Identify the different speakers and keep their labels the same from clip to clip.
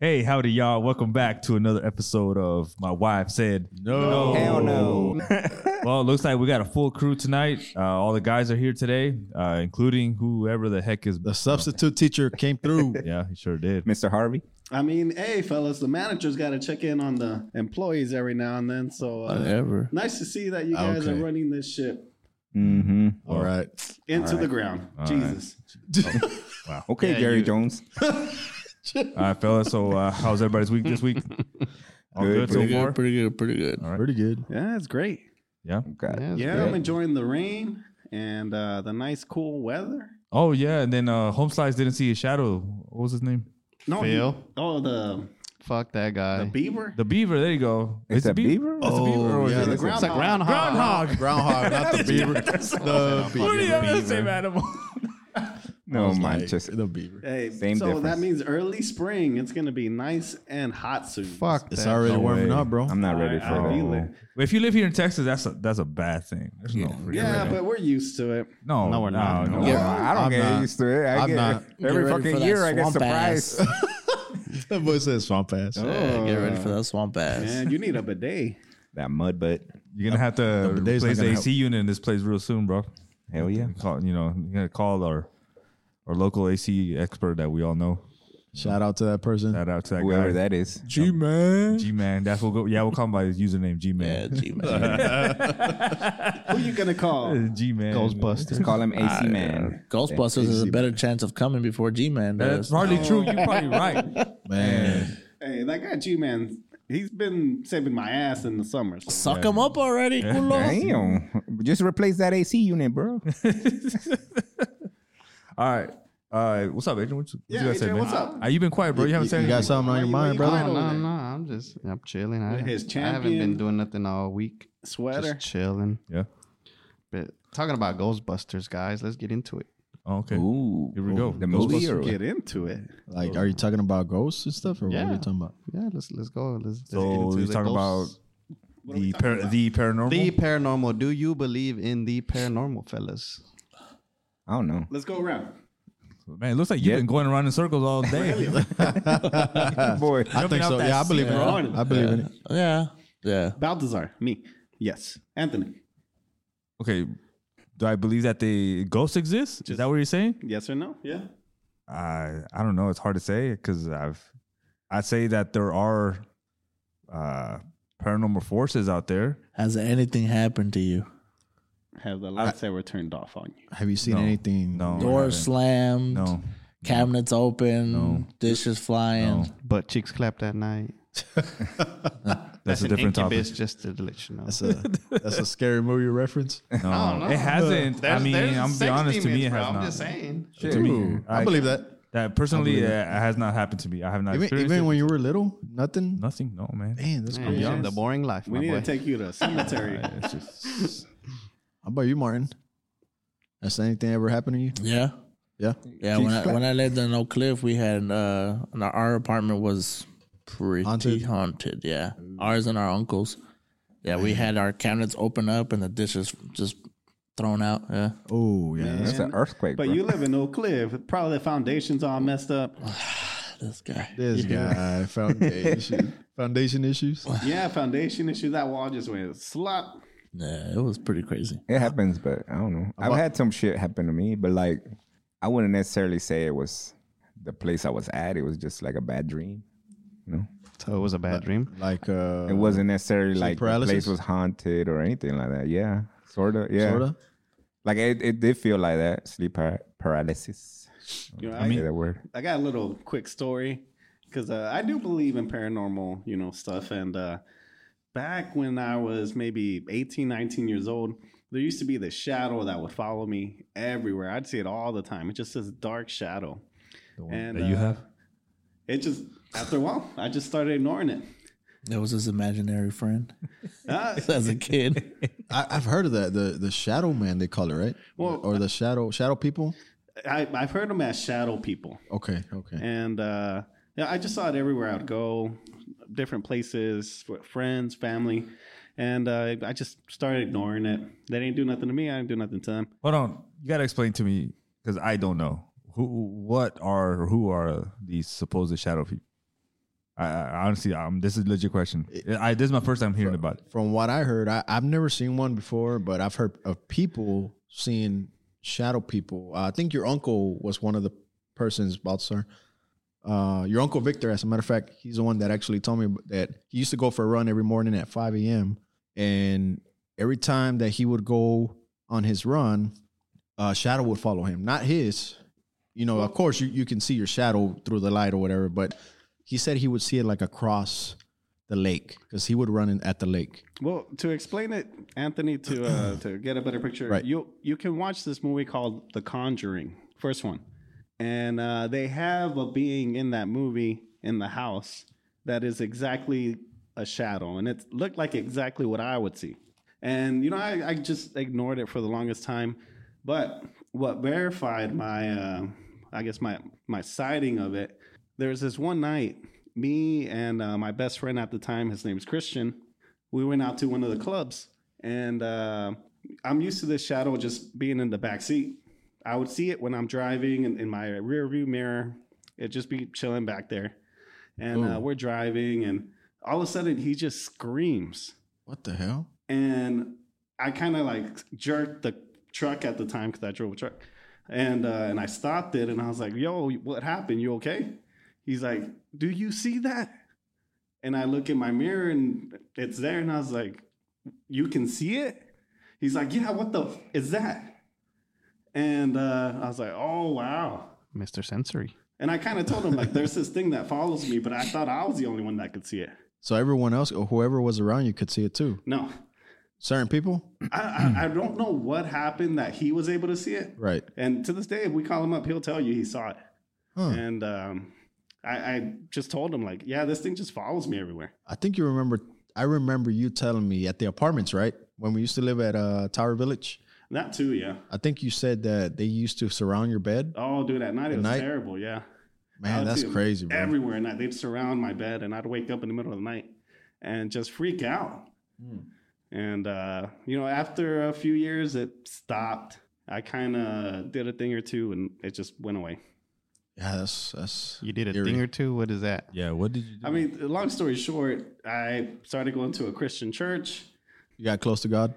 Speaker 1: Hey, howdy, y'all. Welcome back to another episode of My Wife Said No.
Speaker 2: Hell no.
Speaker 1: well, it looks like we got a full crew tonight. Uh, all the guys are here today, uh, including whoever the heck is.
Speaker 3: The substitute teacher came through.
Speaker 1: Yeah, he sure did.
Speaker 2: Mr. Harvey.
Speaker 4: I mean, hey, fellas, the manager's got to check in on the employees every now and then. So uh,
Speaker 3: Whatever.
Speaker 4: nice to see that you guys
Speaker 3: Okay.
Speaker 4: are running this ship
Speaker 2: Mm-hmm.
Speaker 3: All right.
Speaker 4: into
Speaker 2: All right.
Speaker 4: the ground.
Speaker 1: All
Speaker 4: Jesus.
Speaker 2: Okay,
Speaker 5: Yeah,
Speaker 2: Jerry
Speaker 5: you-
Speaker 2: Jones.
Speaker 1: All right, fellas. So, uh, how's everybody's week this week? All good,
Speaker 2: Good, pretty
Speaker 1: so
Speaker 5: Pretty
Speaker 1: far?
Speaker 5: good, pretty good, pretty good.
Speaker 1: All right.
Speaker 3: Pretty good.
Speaker 4: Yeah, it's great.
Speaker 2: God.
Speaker 5: Yeah, it's
Speaker 4: yeah,
Speaker 5: great.
Speaker 4: I'm enjoying the rain and uh, the nice, cool weather.
Speaker 1: Oh, yeah. And then uh, Home Slides didn't see his shadow. What was his name?
Speaker 4: No, he-
Speaker 5: Phil,
Speaker 4: oh, the
Speaker 5: fuck
Speaker 4: the
Speaker 5: that guy.
Speaker 4: beaver.
Speaker 1: The Beaver. There you go.
Speaker 2: It's
Speaker 1: it
Speaker 2: a beaver?
Speaker 1: It's a Beaver. Or
Speaker 3: Oh,
Speaker 1: is
Speaker 3: yeah,
Speaker 1: it-
Speaker 3: that's
Speaker 4: the
Speaker 3: a-
Speaker 4: groundhog.
Speaker 1: Groundhog.
Speaker 5: it's like groundhog.
Speaker 3: Groundhog, not the beaver. the
Speaker 1: Pretty
Speaker 3: beaver.
Speaker 1: much the same animal.
Speaker 5: Oh
Speaker 2: No,
Speaker 3: It's like
Speaker 2: Manchester.
Speaker 3: The beaver.
Speaker 4: Hey,
Speaker 2: Same
Speaker 4: so that
Speaker 2: difference.
Speaker 4: means early spring. It's gonna be nice and hot soon.
Speaker 5: Fuck
Speaker 3: It's
Speaker 5: that.
Speaker 3: already
Speaker 1: No
Speaker 3: warming
Speaker 1: way.
Speaker 3: up, bro.
Speaker 2: I'm not ready
Speaker 4: I- I
Speaker 2: for
Speaker 4: feel
Speaker 2: it.
Speaker 4: it.
Speaker 1: If you live here in Texas, that's a that's a bad thing. There's no freaking
Speaker 4: Yeah,
Speaker 1: way.
Speaker 4: but we're used to it.
Speaker 1: no,
Speaker 5: No, we're not.
Speaker 1: No,
Speaker 2: No,
Speaker 1: no.
Speaker 5: Yeah.
Speaker 2: I don't
Speaker 3: I'm
Speaker 2: get
Speaker 3: not.
Speaker 2: used to it. I
Speaker 3: I'm
Speaker 2: get,
Speaker 3: not.
Speaker 2: Every
Speaker 5: Get ready
Speaker 2: fucking
Speaker 5: for that
Speaker 2: year, I get
Speaker 5: swamp ass.
Speaker 2: surprised.
Speaker 3: that boy says swamp ass.
Speaker 5: Yeah, get ready for that swamp ass.
Speaker 4: Man, you need a bidet.
Speaker 2: that mud butt.
Speaker 1: You're gonna have to
Speaker 3: The bidet's
Speaker 1: replace
Speaker 3: not
Speaker 1: the
Speaker 3: gonna
Speaker 1: AC unit in this place real soon, bro.
Speaker 2: Hell yeah.
Speaker 1: Call, you know, you're gonna call our our local AC expert that we all know.
Speaker 3: Shout out to that person.
Speaker 1: Shout out to that
Speaker 2: Whoever
Speaker 1: guy,
Speaker 2: that is.
Speaker 3: G man.
Speaker 1: G man. That's what we'll go. Yeah, we'll call him by his username, G
Speaker 5: Yeah,
Speaker 1: man.
Speaker 5: gee, man.
Speaker 4: Who you gonna call?
Speaker 1: G man.
Speaker 2: Just call him AC Man.
Speaker 5: Ghostbusters has a better chance of coming before G Man
Speaker 1: That's
Speaker 5: does.
Speaker 1: probably true. You're probably right.
Speaker 3: Man.
Speaker 4: Hey, that guy G Man, he's been saving my ass in the summers.
Speaker 5: Suck him up already, culo.
Speaker 2: Damn. Just replace that AC unit, bro.
Speaker 1: All right. Uh, what's up, Adrian? What you, what
Speaker 4: Yeah,
Speaker 1: you gotta say,
Speaker 4: Adrian,
Speaker 1: man?
Speaker 4: what's up?
Speaker 1: Uh, you've been quiet, bro. You haven't
Speaker 3: You,
Speaker 1: said
Speaker 3: you got
Speaker 1: anything.
Speaker 3: something on your
Speaker 4: Why
Speaker 3: mind,
Speaker 4: you-
Speaker 3: brother?
Speaker 4: why
Speaker 5: No,
Speaker 4: over
Speaker 5: no,
Speaker 4: there.
Speaker 5: no. I'm just, I'm chilling. I,
Speaker 4: His
Speaker 5: I haven't
Speaker 4: champion.
Speaker 5: been doing nothing all week.
Speaker 4: Sweater.
Speaker 5: Just chilling.
Speaker 1: Yeah.
Speaker 5: But talking about Ghostbusters, guys, let's get into it.
Speaker 1: Oh, okay.
Speaker 2: Ooh.
Speaker 1: Here we go.
Speaker 2: The movie or
Speaker 4: Get into it.
Speaker 3: Like, are you talking about ghosts and stuff, or what are
Speaker 5: Yeah.
Speaker 3: you talking about?
Speaker 5: Yeah, let's let's go. Let's, let's get
Speaker 1: So
Speaker 5: into
Speaker 1: we
Speaker 5: the
Speaker 1: talk about
Speaker 5: ghosts.
Speaker 1: the par- the paranormal.
Speaker 5: the paranormal. Do you believe in the paranormal, fellas?
Speaker 2: I don't know.
Speaker 4: Let's go around.
Speaker 1: Man, it looks like you've
Speaker 2: Yeah.
Speaker 1: been going around in circles all day.
Speaker 2: Boy.
Speaker 3: I think
Speaker 1: out
Speaker 3: so.
Speaker 1: that
Speaker 3: Yeah, I believe in
Speaker 4: seat,
Speaker 3: it.
Speaker 4: bro.
Speaker 3: I believe in it.
Speaker 5: Yeah, yeah.
Speaker 4: Balthazar, me. Yes. Anthony.
Speaker 1: okay. Do I believe that the ghosts exist? Is that what you're saying?
Speaker 4: Yes or no? Yeah.
Speaker 1: I I don't know. It's hard to say because I've I'd say that there are uh, paranormal forces out there.
Speaker 5: Has anything happened to you?
Speaker 4: Have the lightsaber turned off on you.
Speaker 3: Have you seen
Speaker 1: No.
Speaker 3: anything?
Speaker 1: No, I
Speaker 5: Doors
Speaker 1: haven't.
Speaker 5: slammed.
Speaker 1: No,
Speaker 5: Cabinets open.
Speaker 1: No.
Speaker 5: Dishes
Speaker 1: no,
Speaker 5: flying. Butt cheeks clapped that night.
Speaker 1: that's, a different topic.
Speaker 5: Just to let you know.
Speaker 3: That's a that's a scary movie reference.
Speaker 1: No, it hasn't. I mean, I'm gonna be honest. To me, it has not.
Speaker 5: saying.
Speaker 1: To me,
Speaker 3: Ooh, I, believe that.
Speaker 1: that personally, uh, it has not happened to me. I have not
Speaker 3: Even,
Speaker 1: experienced
Speaker 3: even
Speaker 1: it.
Speaker 3: when you were little, nothing.
Speaker 1: nothing. No, man.
Speaker 3: Man, that's crazy.
Speaker 5: Beyond the boring life,
Speaker 4: We
Speaker 5: my
Speaker 4: need
Speaker 5: boy.
Speaker 4: to take you to a cemetery.
Speaker 1: It's just
Speaker 3: How about you, Martin? Has anything ever happened to you?
Speaker 6: Yeah.
Speaker 3: Yeah.
Speaker 6: Yeah, when I, when I lived in Oak Cliff, we had uh, and our, our apartment was pretty
Speaker 3: Haunted?
Speaker 6: haunted. yeah,
Speaker 1: Mm.
Speaker 6: ours and our uncles. Yeah, we had our cabinets open up and the dishes just thrown out. Yeah,
Speaker 3: Oh yeah.
Speaker 2: That's an earthquake,
Speaker 4: but
Speaker 2: bro.
Speaker 4: you live in Oak Cliff. Probably the foundation's all messed up.
Speaker 6: this guy.
Speaker 3: This guy foundation foundation issues.
Speaker 4: Yeah, foundation issue. That wall just went slop.
Speaker 6: Yeah, it was pretty crazy.
Speaker 2: It happens, but I don't know. I've had some shit happen to me, but like, I wouldn't necessarily say it was the place I was at. It was just like a bad dream.
Speaker 5: So it was a bad dream.
Speaker 3: Like uh
Speaker 2: It wasn't necessarily like the place
Speaker 3: paralysis?
Speaker 2: was haunted or anything like that. Yeah, sort of. Yeah,
Speaker 3: sorta.
Speaker 2: like it, it did feel like that. Sleep par- paralysis.
Speaker 4: You know,
Speaker 2: I mean, that word.
Speaker 4: I got a little quick story because uh, I do believe in paranormal, you know, stuff. And uh, back when I was maybe 18, 19 years old, there used to be this shadow that would follow me everywhere. I'd see it all the time. It's just this dark shadow.
Speaker 1: the one
Speaker 4: And,
Speaker 1: that you
Speaker 4: uh,
Speaker 1: have.
Speaker 4: It just, after a while, I just started ignoring it.
Speaker 6: That was his imaginary friend
Speaker 4: Uh,
Speaker 6: as a kid.
Speaker 3: I, I've heard of that. The the shadow man they call it, right?
Speaker 4: Well,
Speaker 3: or the shadow shadow people.
Speaker 4: I, I've heard them as shadow people.
Speaker 3: Okay, okay.
Speaker 4: And uh, yeah, I just saw it everywhere I would go, different places, with friends, family. And uh, I just started ignoring it. They didn't do nothing to me. I didn't do nothing to them.
Speaker 1: Hold on. You got to explain to me because I don't know who, what are, or who are these supposed shadow people? I, I honestly, um, this is a legit question. I this is my first time hearing about it.
Speaker 3: From what I heard, I, I've never seen one before, but I've heard of people seeing shadow people. Uh, I think your uncle was one of the persons, Baltasar. Uh, your uncle Victor, as a matter of fact, he's the one that actually told me that he used to go for a run every morning at 5 a.m. And every time that he would go on his run, uh, shadow would follow him, not his. You know, of course, you, you can see your shadow through the light or whatever, but he said he would see it like across the lake because he would run in at the lake.
Speaker 4: Well, to explain it, Anthony, to uh, to get a better picture,
Speaker 3: Right.
Speaker 4: you you can watch this movie called The Conjuring, first one, and uh, they have a being in that movie in the house that is exactly a shadow, and it looked like exactly what I would see. And you know, I, I just ignored it for the longest time, but what verified my, uh, I guess my my sighting of it, there was this one night, me and uh, my best friend at the time, his name's Christian we went out to one of the clubs and uh, i'm used to this shadow just being in the back seat i would see it when i'm driving in, in my rear view mirror it'd just be chilling back there and uh, we're driving and all of a sudden he just screams
Speaker 3: What the hell?
Speaker 4: and I kind of like jerked the truck at the time because I drove a truck, and uh, and I stopped it, and I was like, "Yo, what happened? You okay?" He's like, "Do you see that?" And I look in my mirror, and it's there, and I was like, "You can see it?" He's like, "Yeah, what the f- is that?" And uh, I was like, "Oh wow."
Speaker 5: Mr. Sensory.
Speaker 4: And I kind of told him like, "There's this thing that follows me," but I thought I was the only one that could see it.
Speaker 3: So everyone else or whoever was around you could see it too.
Speaker 4: No,
Speaker 3: Certain people,
Speaker 4: I, I, I don't know what happened that he was able to see it,
Speaker 3: right?
Speaker 4: And to this day, if we call him up, he'll tell you he saw it.
Speaker 3: Huh.
Speaker 4: And um, I, I just told him, like, yeah, this thing just follows me everywhere.
Speaker 3: I think you remember. I remember you telling me at the apartments, right? When we used to live at uh, Tower Village,
Speaker 4: That too, yeah.
Speaker 3: I think you said that they used to surround your bed.
Speaker 4: Oh, dude, at night it
Speaker 3: At
Speaker 4: was
Speaker 3: night?
Speaker 4: terrible, yeah. I
Speaker 3: Man,
Speaker 4: would
Speaker 3: that's
Speaker 4: see 'em
Speaker 3: crazy, bro.
Speaker 4: Everywhere at night. They'd surround my bed, and I'd wake up in the middle of the night and just freak out.
Speaker 3: Hmm.
Speaker 4: And, uh, you know, after a few years, it stopped. I kind of did a thing or two, and it just went away.
Speaker 3: yeah, that's that's.
Speaker 5: You did a
Speaker 3: Eerie.
Speaker 5: thing or two. What is that?
Speaker 1: Yeah, what did you? Do?
Speaker 4: I mean, long story short, I started going to a Christian church.
Speaker 3: You got close to God.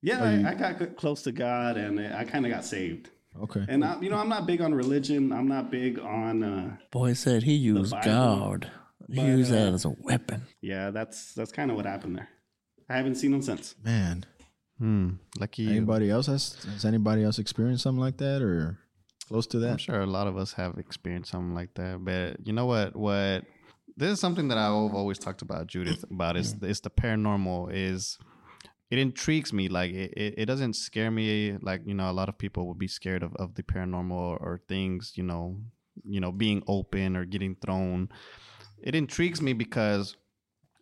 Speaker 4: Yeah,
Speaker 3: Oh,
Speaker 4: I, I got c- close to God, and I kind of got saved.
Speaker 3: Okay.
Speaker 4: And I, you know, I'm not big on religion. I'm not big on. Uh,
Speaker 6: Boy said he used
Speaker 4: Bible.
Speaker 6: God. He
Speaker 4: But,
Speaker 6: used that
Speaker 4: uh,
Speaker 6: as a weapon.
Speaker 4: yeah, that's that's kind of what happened there. I haven't seen him since.
Speaker 3: Man,
Speaker 5: Hmm. Lucky you.
Speaker 3: anybody else has? Has anybody else experienced something like that or close to
Speaker 5: I'm
Speaker 3: that?
Speaker 5: sure a lot of us have experienced something like that. But you know what? What this is something that I've always talked about, Judith, about is is the paranormal is it intrigues me. Like it, it, it doesn't scare me like, you know, a lot of people would be scared of, of the paranormal or things, you know, you know, being open or getting thrown. It intrigues me because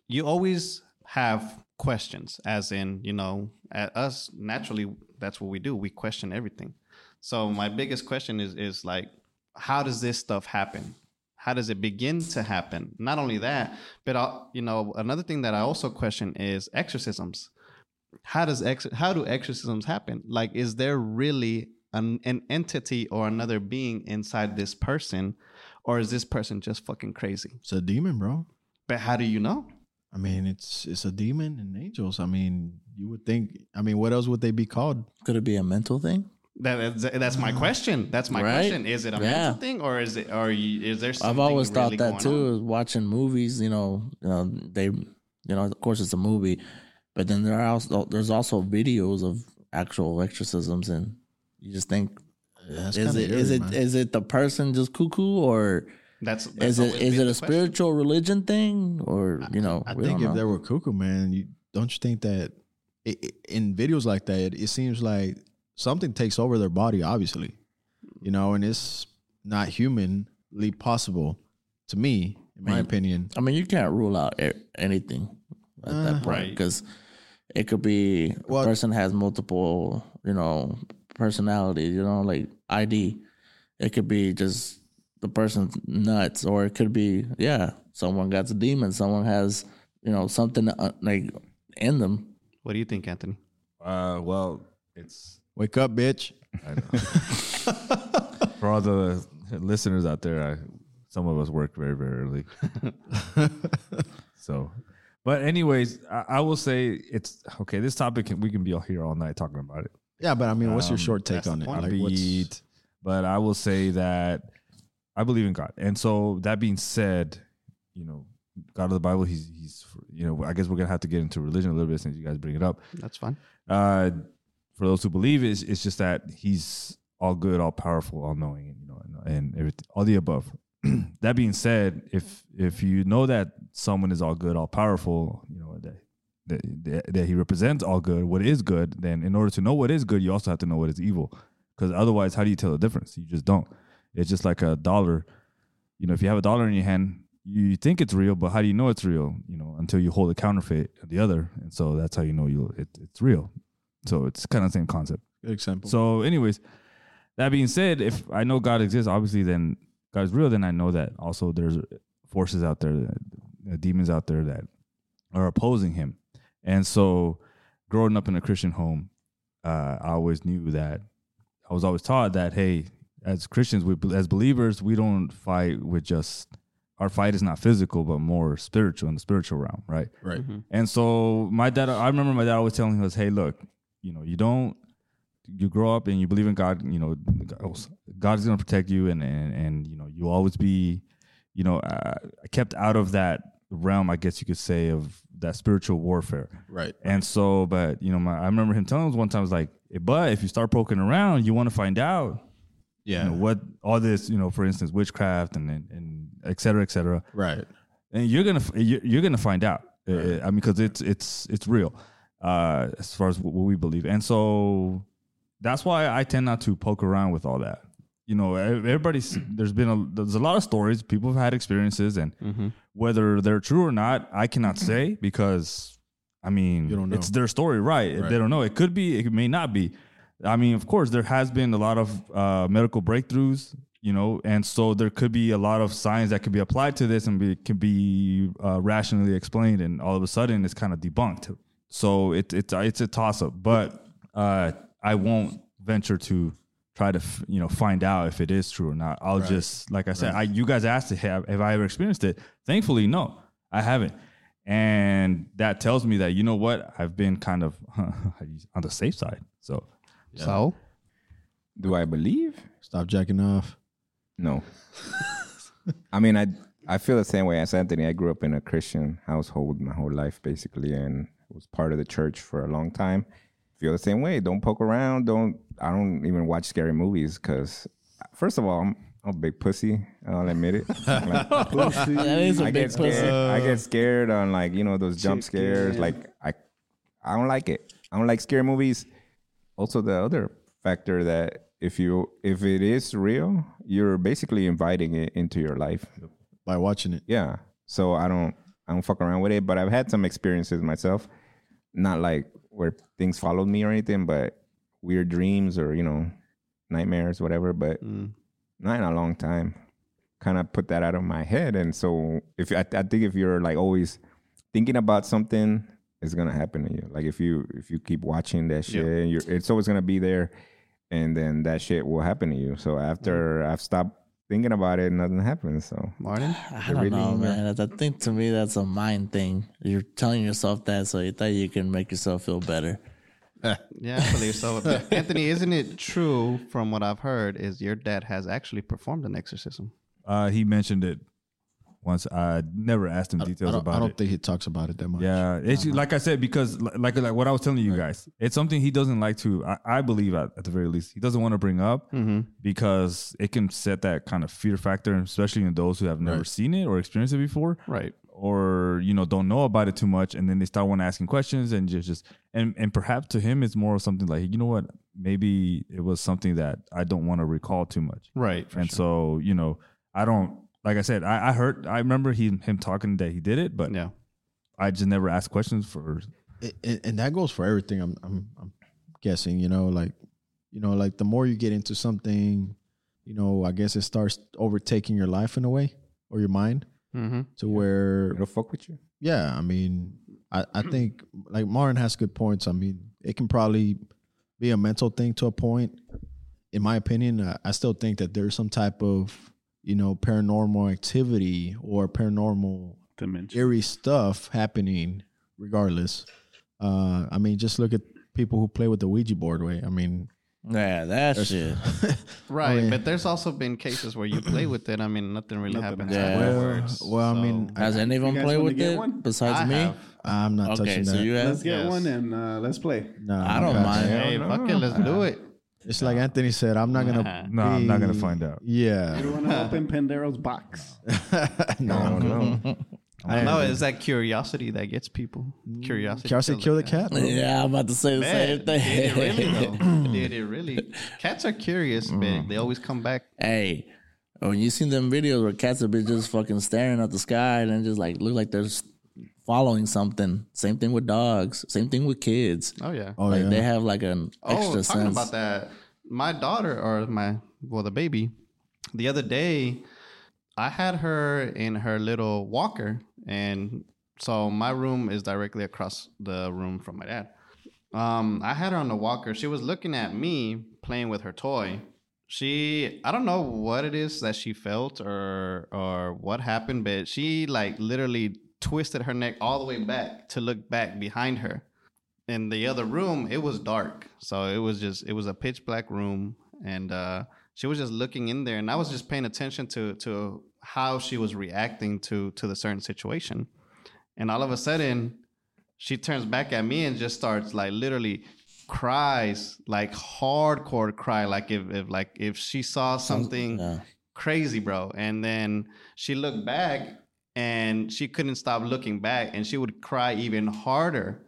Speaker 5: you always have questions as in you know at us naturally that's what we do we question everything so my biggest question is is like how does this stuff happen how does it begin to happen not only that but i you know another thing that i also question is exorcisms how does ex- how do exorcisms happen like is there really an, an entity or another being inside this person or is this person just fucking crazy
Speaker 3: It's a demon, bro.
Speaker 5: but how do you know
Speaker 3: I mean, it's it's a demon and angels. I mean, you would think. I mean, what else would they be called?
Speaker 6: Could it be a mental thing?
Speaker 5: That, that's, that's my question. That's my
Speaker 6: Right?
Speaker 5: question. Is it a
Speaker 6: Yeah.
Speaker 5: mental thing, or is it? Or you, is there?
Speaker 6: I've
Speaker 5: Something
Speaker 6: always thought
Speaker 5: really going
Speaker 6: that too. Is watching movies, you know, you know, they, you know, of course it's a movie, but then there are also there's also videos of actual exorcisms, and you just think,
Speaker 3: that's
Speaker 6: is
Speaker 3: kinda
Speaker 6: it is
Speaker 3: eerie,
Speaker 6: it
Speaker 3: man.
Speaker 6: is it the person just cuckoo, or
Speaker 5: On? That's, that's
Speaker 6: is
Speaker 5: always
Speaker 6: it is
Speaker 5: been
Speaker 6: it
Speaker 5: the
Speaker 6: a
Speaker 5: question.
Speaker 6: spiritual religion thing, or you know,
Speaker 3: I
Speaker 6: we
Speaker 3: think
Speaker 6: don't
Speaker 3: if
Speaker 6: know.
Speaker 3: there were cuckoo, man, you don't you think that i i in videos like that, it, it seems like something takes over their body, obviously, you know, and it's not humanly possible to me, in my
Speaker 6: Right.
Speaker 3: opinion.
Speaker 6: I mean, you can't rule out a- anything at
Speaker 3: Uh,
Speaker 2: Uh-huh.
Speaker 6: that point
Speaker 5: Right.
Speaker 6: because it could be
Speaker 3: Well-
Speaker 6: a person has multiple, you know, personality. You know, like ID. It could be just the person's nuts, or it could be yeah, someone got a demon, someone has you know something uh, like in them.
Speaker 5: What do you think, Anthony?
Speaker 1: uh, well, it's
Speaker 3: Wake up, bitch!
Speaker 1: for all the listeners out there. I, some of us work very very early. so, but anyways, I, I will say it's okay. This topic can, we can be all here all night talking about it.
Speaker 3: Yeah, but I mean, what's your
Speaker 1: Um,
Speaker 3: short take on it?
Speaker 1: I
Speaker 3: Like, what's-
Speaker 1: beat, but I will say that I believe in God, and so that being said, you know, God of the Bible, he's he's you know, I guess we're gonna have to get into religion a little bit since you guys bring it up.
Speaker 5: That's fine.
Speaker 1: Uh, for those who believe, it's it's just that he's all good, all powerful, all knowing, you know, and, and everything, all the above. that being said, if if you know that someone is all good, all powerful, you know that. that- That, that he represents all good, what is good, then in order to know what is good, you also have to know what is evil because otherwise how do you tell the difference you just don't it's just like a dollar you know if you have a dollar in your hand you think it's real but how do you know it's real you know until you hold a counterfeit of the other and so that's how you know you it, it's real so it's kind of the same concept
Speaker 3: Good example.
Speaker 1: so anyways that being said if i know god exists obviously then god is real then i know that also there's forces out there that, uh, demons out there that are opposing him and so growing up in a christian home uh, i always knew that I was always taught that hey, as Christians, we as believers, we don't fight with just our fight is not physical, but more spiritual in the spiritual realm, right?
Speaker 3: right.
Speaker 1: And so my dad, I remember my dad always telling us, "Hey, look, you know, you don't, you grow up and you believe in God. You know, God's going to protect you, and and and you know, you'll always be, you know, uh, kept out of that realm. I guess you could say of that spiritual warfare.
Speaker 3: Right.
Speaker 1: And so, but you know, my, I remember him telling us one time, was like, but if you start poking around, you want to find out
Speaker 3: Yeah.
Speaker 1: you know, what all this, you know, for instance, witchcraft and and, and et cetera, et cetera.
Speaker 3: right.
Speaker 1: And you're gonna f- you're you're gonna find out. Uh, I mean, because it's it's it's real uh, as far as what we believe, and so that's why I tend not to poke around with all that. You know, ev- everybody's there's been a there's a lot of stories. People have had experiences, and
Speaker 3: Mm-hmm.
Speaker 1: whether they're true or not, I cannot say because I mean,
Speaker 3: You don't know.
Speaker 1: it's their story, right? They don't know. It could be, it may not be. I mean, of course, there has been a lot of uh, medical breakthroughs, you know, and so there could be a lot of science that could be applied to this and be, can be uh, rationally explained, and all of a sudden it's kind of debunked. So it, it's it's a toss up, but uh, I won't venture to try to f- you know find out if it is true or not. I'll just like I said, I, you guys asked if have have I ever experienced it. Thankfully, no, I haven't, and that tells me that you know what I've been kind of on the safe side. So
Speaker 5: So
Speaker 2: Do I believe?
Speaker 3: Stop jacking off.
Speaker 2: No. I mean, I I feel the same way as Anthony. I grew up in a Christian household my whole life, basically, and was part of the church for a long time. Feel the same way. Don't poke around. Don't. I don't even watch scary movies because, first of all, I'm a big pussy. I'll admit it. Like,
Speaker 6: That is
Speaker 2: Mm,
Speaker 6: a
Speaker 2: I
Speaker 6: big
Speaker 2: get scared.
Speaker 6: pussy.
Speaker 2: I get scared on like you know those jump scares. Like I, I don't like it. I don't like scary movies. Also, the other factor that if you if it is real, you're basically inviting it into your life.
Speaker 3: By watching it.
Speaker 2: Yeah. So I don't I don't fuck around with it. But I've had some experiences myself. Not like where things followed me or anything, but weird dreams or you know nightmares, whatever. But not in a long time. Kind of put that out of my head, and so if I, I think if you're like always thinking about something, it's gonna happen to you. Like if you if you keep watching that shit, and you're, it's always gonna be there, and then that shit will happen to you. So after I've stopped thinking about it, nothing happens. So
Speaker 5: Martin,
Speaker 6: I don't know, man. I think to me that's a mind thing. You're telling yourself that, so you thought you can make yourself feel better.
Speaker 5: yeah, I believe so. Anthony, isn't it true from what I've heard is your dad has actually performed an exorcism?
Speaker 1: uh, he mentioned it once. I never asked him
Speaker 3: I
Speaker 1: details
Speaker 3: don't,
Speaker 1: about
Speaker 3: I don't
Speaker 1: it.
Speaker 3: think he talks about it that much.
Speaker 1: Yeah, it's like I said because li- like like what I was telling you guys, it's something he doesn't like to. I, I believe at, at the very least he doesn't want to bring up because it can set that kind of fear factor, especially in those who have never seen it or experienced it before,
Speaker 5: Right.
Speaker 1: or you know don't know about it too much, and then they start want asking questions and just just and and perhaps to him it's more of something like you know what maybe it was something that I don't want to recall too much
Speaker 5: Right.
Speaker 1: and so you know I don't like I said I, I heard I remember he him talking that he did it but
Speaker 5: Yeah.
Speaker 1: I just never asked questions for
Speaker 6: It,
Speaker 3: and, and that goes for everything. I'm, I'm I'm guessing, you know, like you know, like the more you get into something, you know, I guess it starts overtaking your life in a way or your mind
Speaker 5: Mm-hmm.
Speaker 3: to where,
Speaker 2: it'll fuck with you.
Speaker 3: yeah. I mean, I I think like Martin has good points. I mean, it can probably be a mental thing to a point. In my opinion, I, I still think that there's some type of you know, paranormal activity or paranormal
Speaker 4: Dimension.
Speaker 3: eerie stuff happening regardless. Uh, I mean, just look at people who play with the Ouija board, way. I mean,
Speaker 6: Yeah, that shit.
Speaker 5: Right,
Speaker 3: mean-
Speaker 5: but there's also been cases where you play with it. I mean, nothing really
Speaker 4: Nothing
Speaker 5: happens
Speaker 6: happens.
Speaker 5: afterwards.
Speaker 3: Well, well, I mean,
Speaker 5: so-
Speaker 6: Has any of them
Speaker 4: guys
Speaker 6: played
Speaker 4: wanna
Speaker 6: with
Speaker 4: get
Speaker 6: it
Speaker 4: one?
Speaker 6: besides
Speaker 5: I
Speaker 6: me?
Speaker 5: have.
Speaker 3: I'm not
Speaker 6: Okay,
Speaker 3: touching
Speaker 6: so
Speaker 3: that.
Speaker 6: you
Speaker 4: Let's
Speaker 6: have.
Speaker 4: get
Speaker 5: Yes.
Speaker 4: one and uh, let's play.
Speaker 3: Nah,
Speaker 6: I
Speaker 3: I'm
Speaker 6: don't
Speaker 3: not.
Speaker 6: mind.
Speaker 5: Hey,
Speaker 2: no,
Speaker 5: fuck it, let's do it.
Speaker 3: It's like Anthony said. I'm not gonna.
Speaker 1: No, I'm not gonna
Speaker 3: be-
Speaker 1: find out.
Speaker 3: Yeah.
Speaker 4: You want to open Pandero's box?
Speaker 2: No, no.
Speaker 5: I know it's that curiosity that gets people. Curiosity.
Speaker 3: Kelsey
Speaker 5: kills
Speaker 3: Mm. kill the cat. bro.
Speaker 6: Yeah, I'm about to say the
Speaker 5: Man,
Speaker 6: same
Speaker 5: did it really
Speaker 6: thing.
Speaker 5: though? did it really? Cats are curious, but they always come back.
Speaker 6: hey, when you seen them videos where cats have been just fucking staring at the sky and then just like look like they're s- following something. Same thing with dogs. Same thing with kids.
Speaker 5: Oh yeah.
Speaker 3: Oh
Speaker 6: like
Speaker 3: yeah.
Speaker 6: they have like an
Speaker 5: Oh,
Speaker 6: extra
Speaker 5: talking
Speaker 6: sense.
Speaker 5: about that, my daughter or my well, the baby, the other day, I had her in her little walker, and so my room is directly across the room from my dad. Um, I had her on the walker. She was looking at me playing with her toy. She, I don't know what it is that she felt or or what happened, but she like literally twisted her neck all the way back to look back behind her in the other room it was dark so it was just it was a pitch black room and uh she was just looking in there and i was just paying attention to to how she was reacting to to the certain situation and all of a sudden she turns back at me and just starts like literally cries like hardcore cry like if, if like if she saw something
Speaker 6: yeah.
Speaker 5: crazy bro and then she looked back and she couldn't stop looking back and she would cry even harder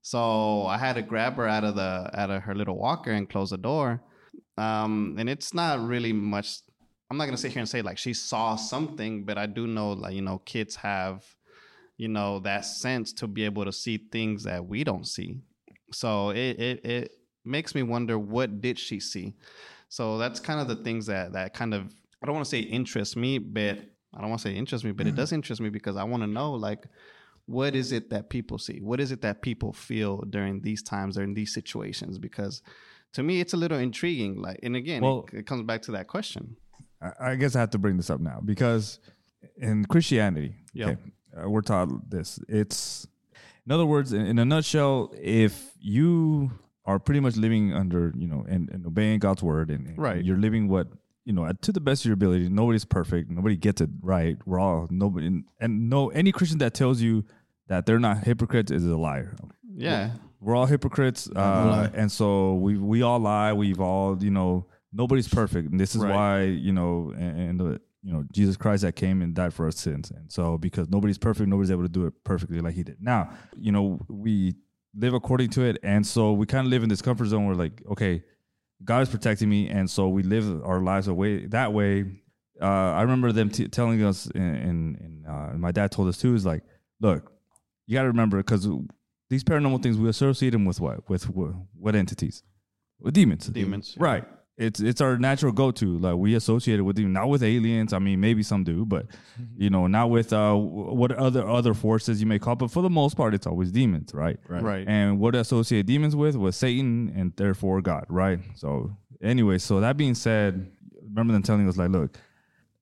Speaker 5: so I had to grab her out of the out of her little walker and close the door. Um, and it's not really much. I'm not gonna sit here and say like she saw something, but I do know like you know kids have, you know that sense to be able to see things that we don't see. So it it it makes me wonder what did she see. So that's kind of the things that that kind of I don't want to say interest me, but I don't want to say interest me, but it does interest me because I want to know like what is it that people see? What is it that people feel during these times, during these situations? Because to me, it's a little intriguing. Like, and again,
Speaker 1: Well-
Speaker 5: it, it comes back to that question.
Speaker 1: I- I guess I have to bring this up now because in Christianity,
Speaker 5: Yeah.
Speaker 1: uh, we're taught this. It's, in other words, in, in a nutshell, if you are pretty much living under, you know, and, and obeying God's word, and, and
Speaker 5: Right.
Speaker 1: you're living what you know to the best of your ability. Nobody's perfect. Nobody gets it right. We're all nobody, and no any Christian that tells you that they're not hypocrites is a liar
Speaker 5: Yeah.
Speaker 1: we're all hypocrites, uh, and so we we all lie. We've all you know nobody's perfect, and this is
Speaker 5: Right.
Speaker 1: why you know and, and uh, you know Jesus Christ that came and died for our sins, and so because nobody's perfect, nobody's able to do it perfectly like He did. Now you know we live according to it, and so we kind of live in this comfort zone where like okay, God is protecting me, and so we live our lives away that way. Uh, I remember them t- telling us, in- in in uh, and my dad told us too, is like, look, you got to remember because these paranormal things we associate them with what with what, what entities with demons
Speaker 5: Demons, yeah.
Speaker 1: right it's it's our natural go-to like we associate it with demons not with aliens i mean maybe some do but
Speaker 5: Mm-hmm.
Speaker 1: you know not with uh wh- what other other forces you may call but for the most part it's always demons right
Speaker 3: Right.
Speaker 1: and what to associate demons with was Satan and therefore God, right? So anyway, so that being said, remember them telling us like, look,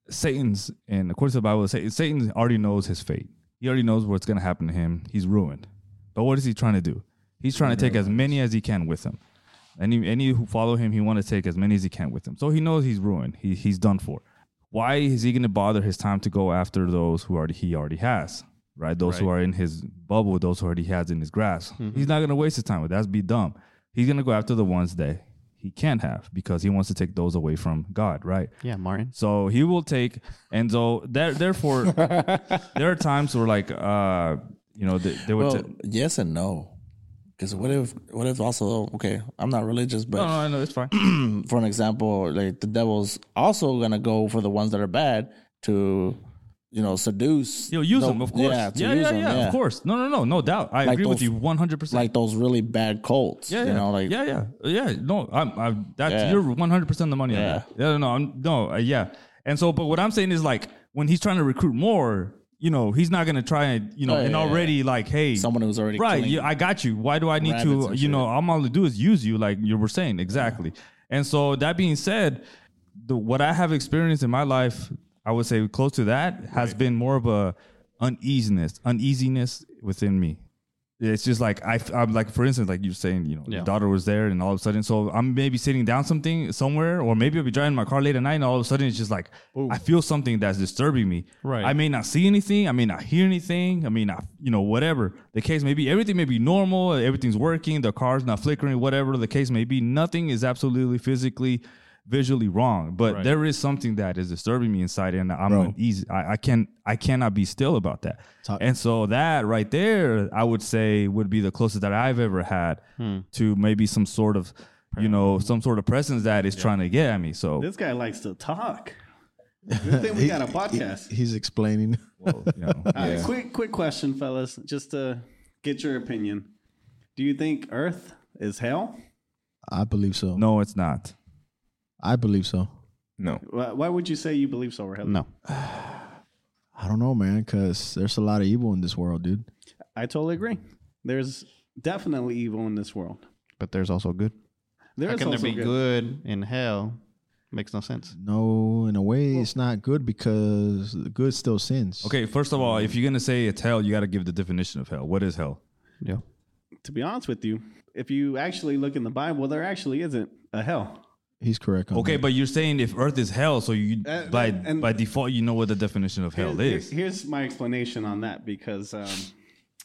Speaker 1: Satan's and according to the Bible, Satan, Satan already knows his fate. He already knows what's gonna happen to him. He's ruined. But what is he trying to do? He's trying to take as many as he can with him. Any any who follow him, he want to take as many as he can with him. So he knows he's ruined. He he's done for. Why is he gonna bother his time to go after those who already he already has? Right? Those who are in his bubble, those who already he has in his grasp. He's not gonna waste his time with that. That's be dumb. He's gonna go after the ones that he can have because he wants to take those away from God, right?
Speaker 5: Yeah, Martin.
Speaker 1: So he will take, and so there, therefore, there are times where like, uh, you know, they, they would.
Speaker 6: Well,
Speaker 1: ta-
Speaker 6: yes and no. Because what if what if also okay? I'm not religious, but
Speaker 1: no, no, I know it's fine.
Speaker 6: for an example, like the devil's also gonna go for the ones that are bad to, you know, seduce.
Speaker 1: You'll use
Speaker 6: the-
Speaker 1: them, of course.
Speaker 6: Yeah, to
Speaker 1: yeah,
Speaker 6: use
Speaker 1: yeah,
Speaker 6: them,
Speaker 1: yeah, of course. No, no, no, no doubt. I
Speaker 6: Like
Speaker 1: agree with
Speaker 6: those-
Speaker 1: you one hundred percent.
Speaker 6: Like those really bad cults.
Speaker 1: Yeah,
Speaker 6: you
Speaker 1: yeah,
Speaker 6: know, like
Speaker 1: yeah, yeah, yeah. No, I'm, I'm that's
Speaker 6: Yeah.
Speaker 1: you're 100 percent the money. Yeah,
Speaker 6: Yeah.
Speaker 1: on that. yeah, no, I'm no, uh, yeah. And so, but what I'm saying is like when he's trying to recruit more, you know, he's not gonna try and you know,
Speaker 6: Oh, yeah,
Speaker 1: and
Speaker 6: yeah,
Speaker 1: already like, hey,
Speaker 6: someone who's already
Speaker 1: right
Speaker 6: killing-
Speaker 1: yeah i got you why do i need
Speaker 6: rabbits
Speaker 1: to
Speaker 6: and
Speaker 1: you know
Speaker 6: shit.
Speaker 1: i'm all to do is use you like you were saying exactly and so that being said the what i have experienced in my life I would say close to that has been more of a uneasiness, uneasiness within me. It's just like I, am like for instance, like you're saying, you know, your
Speaker 5: Yeah.
Speaker 1: daughter was there, and all of a sudden, so I'm maybe sitting down something somewhere, or maybe I'll be driving my car late at night, and all of a sudden, it's just like I feel something that's disturbing me.
Speaker 5: Right.
Speaker 1: I may not see anything, I may not hear anything, I may not, you know, whatever the case may be. Everything may be normal, everything's working, the car's not flickering, whatever the case may be. Nothing is absolutely physically, visually wrong, but
Speaker 5: Right.
Speaker 1: there is something that is disturbing me inside, and I'm uneasy. I, I can I cannot be still about that.
Speaker 3: Top-
Speaker 1: And so that right there, I would say, would be the closest that I've ever had to maybe some sort of, you know, some sort of presence that is trying to get at me. So
Speaker 4: This guy likes to talk. Good thing we got a podcast.
Speaker 3: He's explaining.
Speaker 1: you know,
Speaker 4: All right, quick, quick question, fellas, just to get your opinion. Do you think Earth is hell?
Speaker 3: I believe so.
Speaker 1: no, it's not.
Speaker 3: I believe so.
Speaker 2: No.
Speaker 4: Why, why would you say you believe so, Rahel?
Speaker 5: No.
Speaker 3: I don't know, man, because there's a lot of evil in this world, dude.
Speaker 4: I totally agree. There's definitely evil in this world.
Speaker 5: But there's also good.
Speaker 4: There
Speaker 5: How
Speaker 4: is
Speaker 5: can there
Speaker 4: also
Speaker 5: be
Speaker 4: good.
Speaker 5: good in hell? Makes no sense.
Speaker 3: No, in a way, it's not good because the good still sins.
Speaker 1: Okay, first of all, if you're gonna say it's hell, you got to give the definition of hell. What is hell?
Speaker 5: Yeah.
Speaker 4: To be honest with you, if you actually look in the Bible, there actually isn't a hell.
Speaker 3: He's correct. On
Speaker 1: Okay,
Speaker 3: that.
Speaker 1: but you're saying if Earth is hell, so you
Speaker 4: Uh,
Speaker 1: by
Speaker 4: and-
Speaker 1: by default you know what the definition of hell
Speaker 4: Here-
Speaker 1: is.
Speaker 4: Here's my explanation on that because, um,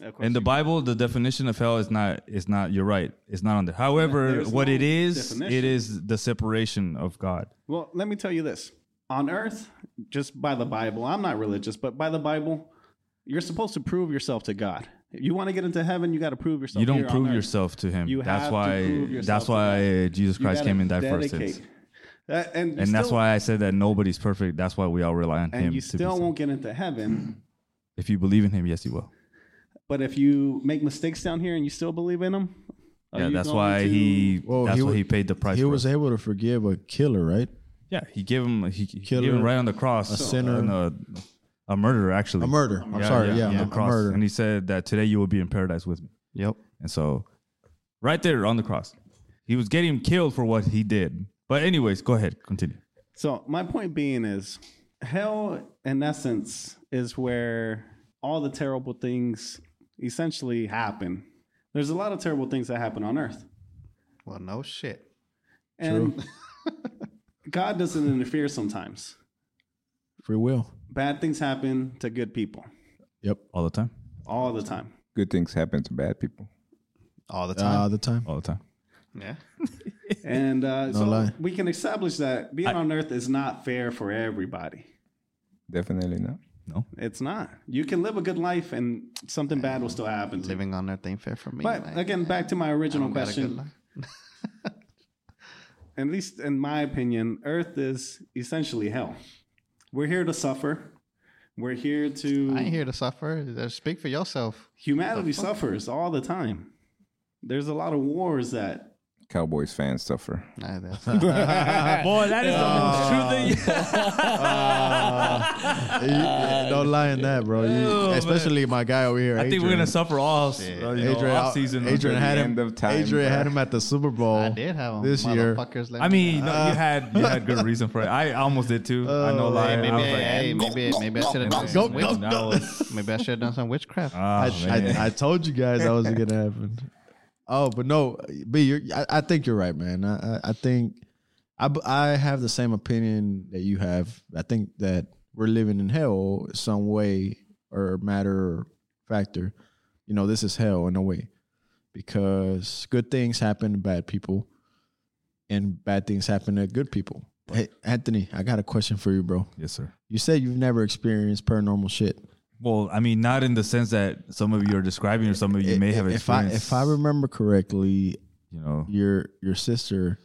Speaker 4: of course,
Speaker 1: In the
Speaker 4: you-
Speaker 1: Bible, the definition of hell is not is not. You're right. It's not on there. However,
Speaker 4: There's
Speaker 1: what
Speaker 4: no
Speaker 1: it is,
Speaker 4: definition.
Speaker 1: it is the separation of God.
Speaker 4: Well, let me tell you this. On earth, just by the Bible, I'm not religious, but by the Bible, you're supposed to prove yourself to God. If you want to get into heaven, you got to prove yourself.
Speaker 1: you don't
Speaker 4: here on
Speaker 1: prove
Speaker 4: earth.
Speaker 1: yourself to Him.
Speaker 4: You
Speaker 1: that's
Speaker 4: have to
Speaker 1: why.
Speaker 4: prove yourself
Speaker 1: that's
Speaker 4: to
Speaker 1: why Jesus
Speaker 4: You
Speaker 1: Christ
Speaker 4: gotta
Speaker 1: came and died for
Speaker 4: dedicate.
Speaker 1: us.
Speaker 4: Uh, and you
Speaker 1: And that's
Speaker 4: still-
Speaker 1: why I said that nobody's perfect. That's why we all rely on
Speaker 4: And
Speaker 1: Him.
Speaker 4: you
Speaker 1: to be
Speaker 4: still
Speaker 1: saved.
Speaker 4: won't get into heaven,
Speaker 1: If you believe in Him, yes, you will.
Speaker 4: but if you make mistakes down here and you still believe in them,
Speaker 1: Yeah, that's why He.
Speaker 3: Well,
Speaker 1: that's
Speaker 3: he
Speaker 1: why
Speaker 3: wa-
Speaker 1: He paid the price.
Speaker 3: he
Speaker 1: for
Speaker 3: was
Speaker 1: us.
Speaker 3: able to forgive a killer, right?
Speaker 1: Yeah, he gave him he, he
Speaker 3: Killer,
Speaker 1: gave him right on the cross,
Speaker 3: a sinner.
Speaker 1: and a, a murderer actually,
Speaker 3: A murder. I'm sorry. Yeah,
Speaker 1: on
Speaker 3: a
Speaker 1: the cross.
Speaker 3: murder.
Speaker 1: And he said that today you will be in paradise with me,
Speaker 5: Yep.
Speaker 1: and so right there on the cross, he was getting killed for what he did. But anyways, go ahead, continue.
Speaker 4: So my point being is, hell in essence is where all the terrible things essentially happen. There's a lot of terrible things that happen on earth,
Speaker 5: Well, no shit.
Speaker 4: and God doesn't interfere sometimes.
Speaker 3: Free will.
Speaker 4: Bad things happen to good people
Speaker 3: Yep.
Speaker 1: All the time,
Speaker 4: all the time.
Speaker 2: Good things happen to bad people.
Speaker 5: All the time.
Speaker 3: Uh, the time.
Speaker 1: all the time.
Speaker 5: yeah.
Speaker 4: And uh, so
Speaker 3: lie.
Speaker 4: we can establish that being on earth is not fair for everybody.
Speaker 2: Definitely not.
Speaker 1: No,
Speaker 4: It's not. You can live a good life and something bad will still happen to you.
Speaker 5: Living on earth ain't fair for me.
Speaker 4: But
Speaker 5: man.
Speaker 4: again, back to my
Speaker 5: I
Speaker 4: original
Speaker 5: don't got a good
Speaker 4: question.
Speaker 5: life.
Speaker 4: at least in my opinion, Earth is essentially hell. We're here to suffer. We're here to.
Speaker 5: I ain't here to suffer. Just Speak for yourself.
Speaker 4: Humanity suffers all the time. There's a lot of wars that.
Speaker 2: Cowboys fans suffer.
Speaker 5: Nah, that's not-
Speaker 1: boy, that is
Speaker 3: Uh,
Speaker 1: the most true thing.
Speaker 3: You- yeah, don't lie in that, bro. You-
Speaker 1: man.
Speaker 3: especially my guy over here.
Speaker 1: I think we're gonna suffer all uh, you know, off season.
Speaker 3: Adrian had
Speaker 2: the
Speaker 3: him.
Speaker 2: end of time,
Speaker 3: Adrian
Speaker 2: bro.
Speaker 3: had him at the Super Bowl.
Speaker 5: I did have 'em.
Speaker 3: this year.
Speaker 5: Motherfuckers let
Speaker 1: I
Speaker 5: me
Speaker 1: mean, no,
Speaker 3: Uh,
Speaker 1: you had you had good reason for it. I almost did too. I
Speaker 3: Oh,
Speaker 1: know,
Speaker 5: down.
Speaker 1: lie. I
Speaker 5: Hey, maybe,
Speaker 1: was like,
Speaker 5: hey, maybe, maybe I should have done
Speaker 1: go,
Speaker 5: some
Speaker 1: go,
Speaker 5: witch- Maybe I should have done some witchcraft.
Speaker 1: Ah,
Speaker 3: I,
Speaker 1: man.
Speaker 3: I, I told you guys that wasn't gonna happen. Oh, but no, B, you're, I, I think you're right, man. I, I, I think I, b- I have the same opinion that you have. I think that we're living in hell some way or matter or factor. You know, this is hell in a way because good things happen to bad people, and bad things happen to good people. Hey, Anthony, I got a question for you, bro.
Speaker 1: yes, sir.
Speaker 3: You said you've never experienced paranormal shit.
Speaker 1: Well, I mean, not in the sense that some of you are describing, or some of you may have
Speaker 3: if I
Speaker 1: experienced.
Speaker 3: if I remember correctly,
Speaker 1: you know,
Speaker 3: your your sister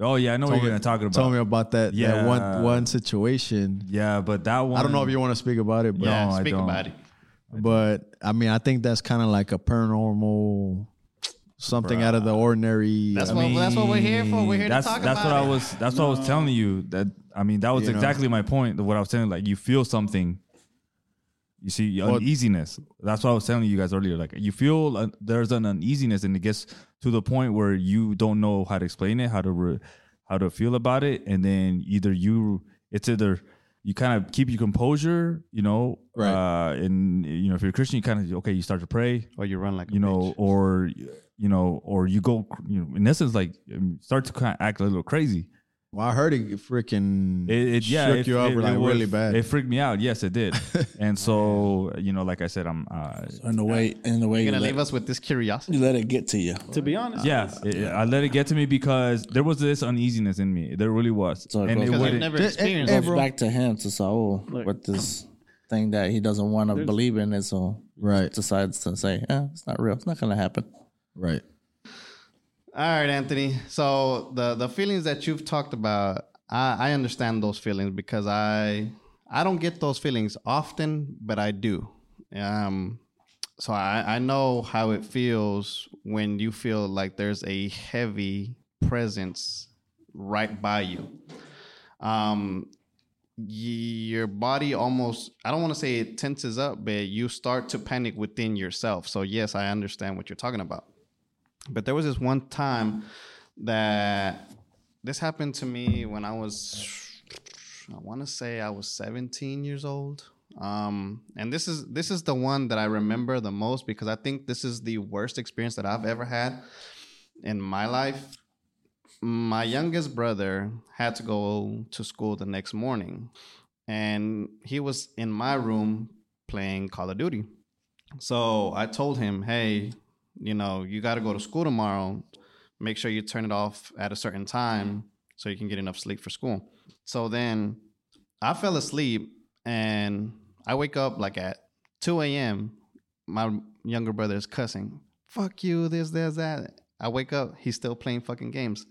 Speaker 1: oh yeah, I know what you're gonna talk about.
Speaker 3: told me about that
Speaker 1: Yeah.
Speaker 3: that one one situation.
Speaker 1: yeah, but that one.
Speaker 3: I don't know if you want to speak about it, but
Speaker 5: yeah,
Speaker 1: no, I
Speaker 5: speak
Speaker 1: don't.
Speaker 5: about it.
Speaker 3: but I mean, I think that's kind of like a paranormal something out of the ordinary.
Speaker 5: That's
Speaker 3: I
Speaker 5: what- that's what we're here for. We're here to
Speaker 1: that's,
Speaker 5: talk
Speaker 1: That's
Speaker 5: about
Speaker 1: what I
Speaker 5: it.
Speaker 1: was. That's what I was telling you. That I mean, that was
Speaker 3: You know.
Speaker 1: exactly my point. What I was saying, like you feel something. You see uneasiness. That's what I was telling you guys earlier. Like you feel uh, there's an uneasiness, and it gets to the point where you don't know how to explain it, how to re, how to feel about it, and then either you, it's either you kind of keep your composure, you know,
Speaker 3: Right.
Speaker 1: Uh, and you know, if you're a Christian, you kind of okay, you start to pray,
Speaker 5: or you run like a
Speaker 1: you know,
Speaker 5: bitch.
Speaker 1: or you know, or you go, you know, in essence, like um, start to kind of act a little crazy.
Speaker 3: Well, I heard it freaking
Speaker 1: It, it yeah,
Speaker 3: shook
Speaker 1: it-
Speaker 3: you up
Speaker 1: it-
Speaker 3: like
Speaker 1: it was-
Speaker 3: really bad.
Speaker 1: It freaked me out. Yes, it did. and so, you know, like I said, I'm. Uh,
Speaker 6: in the way, in the way
Speaker 5: You're
Speaker 6: you
Speaker 5: gonna
Speaker 6: let,
Speaker 5: leave us with this curiosity.
Speaker 6: you let it get to you.
Speaker 4: To be honest,
Speaker 1: yeah,
Speaker 4: it's-
Speaker 1: it- I let it get to me because there was this uneasiness in me. There really was,
Speaker 6: So it
Speaker 1: and
Speaker 6: goes
Speaker 1: it
Speaker 6: back.
Speaker 5: Because I've
Speaker 1: wouldn't.
Speaker 5: never
Speaker 3: Hey, hey,
Speaker 5: experienced
Speaker 3: hey,
Speaker 5: it.
Speaker 6: It's
Speaker 3: bro.
Speaker 6: back to him to Saul
Speaker 4: Look.
Speaker 6: with this thing that he doesn't want to believe in, and so
Speaker 3: right,
Speaker 6: decides to say, eh, "It's not real. It's not gonna happen."
Speaker 3: right.
Speaker 5: All right, Anthony. So the the feelings that you've talked about, I, I understand those feelings because I I don't get those feelings often, but I do. Um, so I, I know how it feels when you feel like there's a heavy presence right by you. Um, your body almost i don't want to say it tenses up but you start to panic within yourself so yes i understand what you're talking about but there was this one time that this happened to me when I was, I want to say I was 17 years old. Um, and this is this is the one that I remember the most because I think this is the worst experience that I've ever had in my life. My youngest brother had to go to school the next morning, and he was in my room playing Call of Duty. So I told him, hey, you know, you got to go to school tomorrow. Make sure you turn it off at a certain time so you can get enough sleep for school. So then I fell asleep and I wake up like at 2 a.m. My younger brother is cussing, fuck you, this, this, that. I wake up, he's still playing fucking games.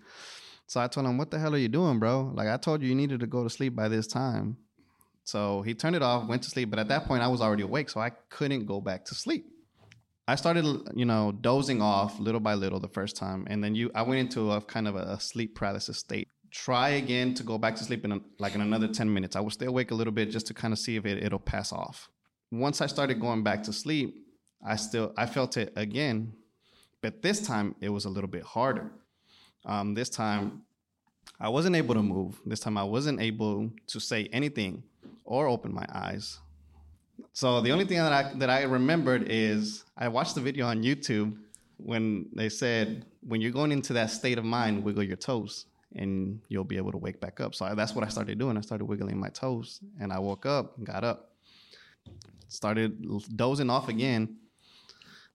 Speaker 5: So I told him, what the hell are you doing, bro? Like I told you, you needed to go to sleep by this time. So he turned it off, went to sleep. But at that point, I was already awake, so I couldn't go back to sleep. I started, you know, dozing off little by little the first time, and then you, I went into a kind of a sleep paralysis state. Try again to go back to sleep in a, like in another ten minutes. I would stay awake a little bit just to kind of see if it, it'll pass off. Once I started going back to sleep, I still I felt it again, but this time it was a little bit harder. Um, this time I wasn't able to move. This time I wasn't able to say anything or open my eyes. So the only thing that I that I remembered is I watched the video on YouTube when they said when you're going into that state of mind, wiggle your toes and you'll be able to wake back up. So I, that's what I started doing. I started wiggling my toes and I woke up, and got up, started dozing off again.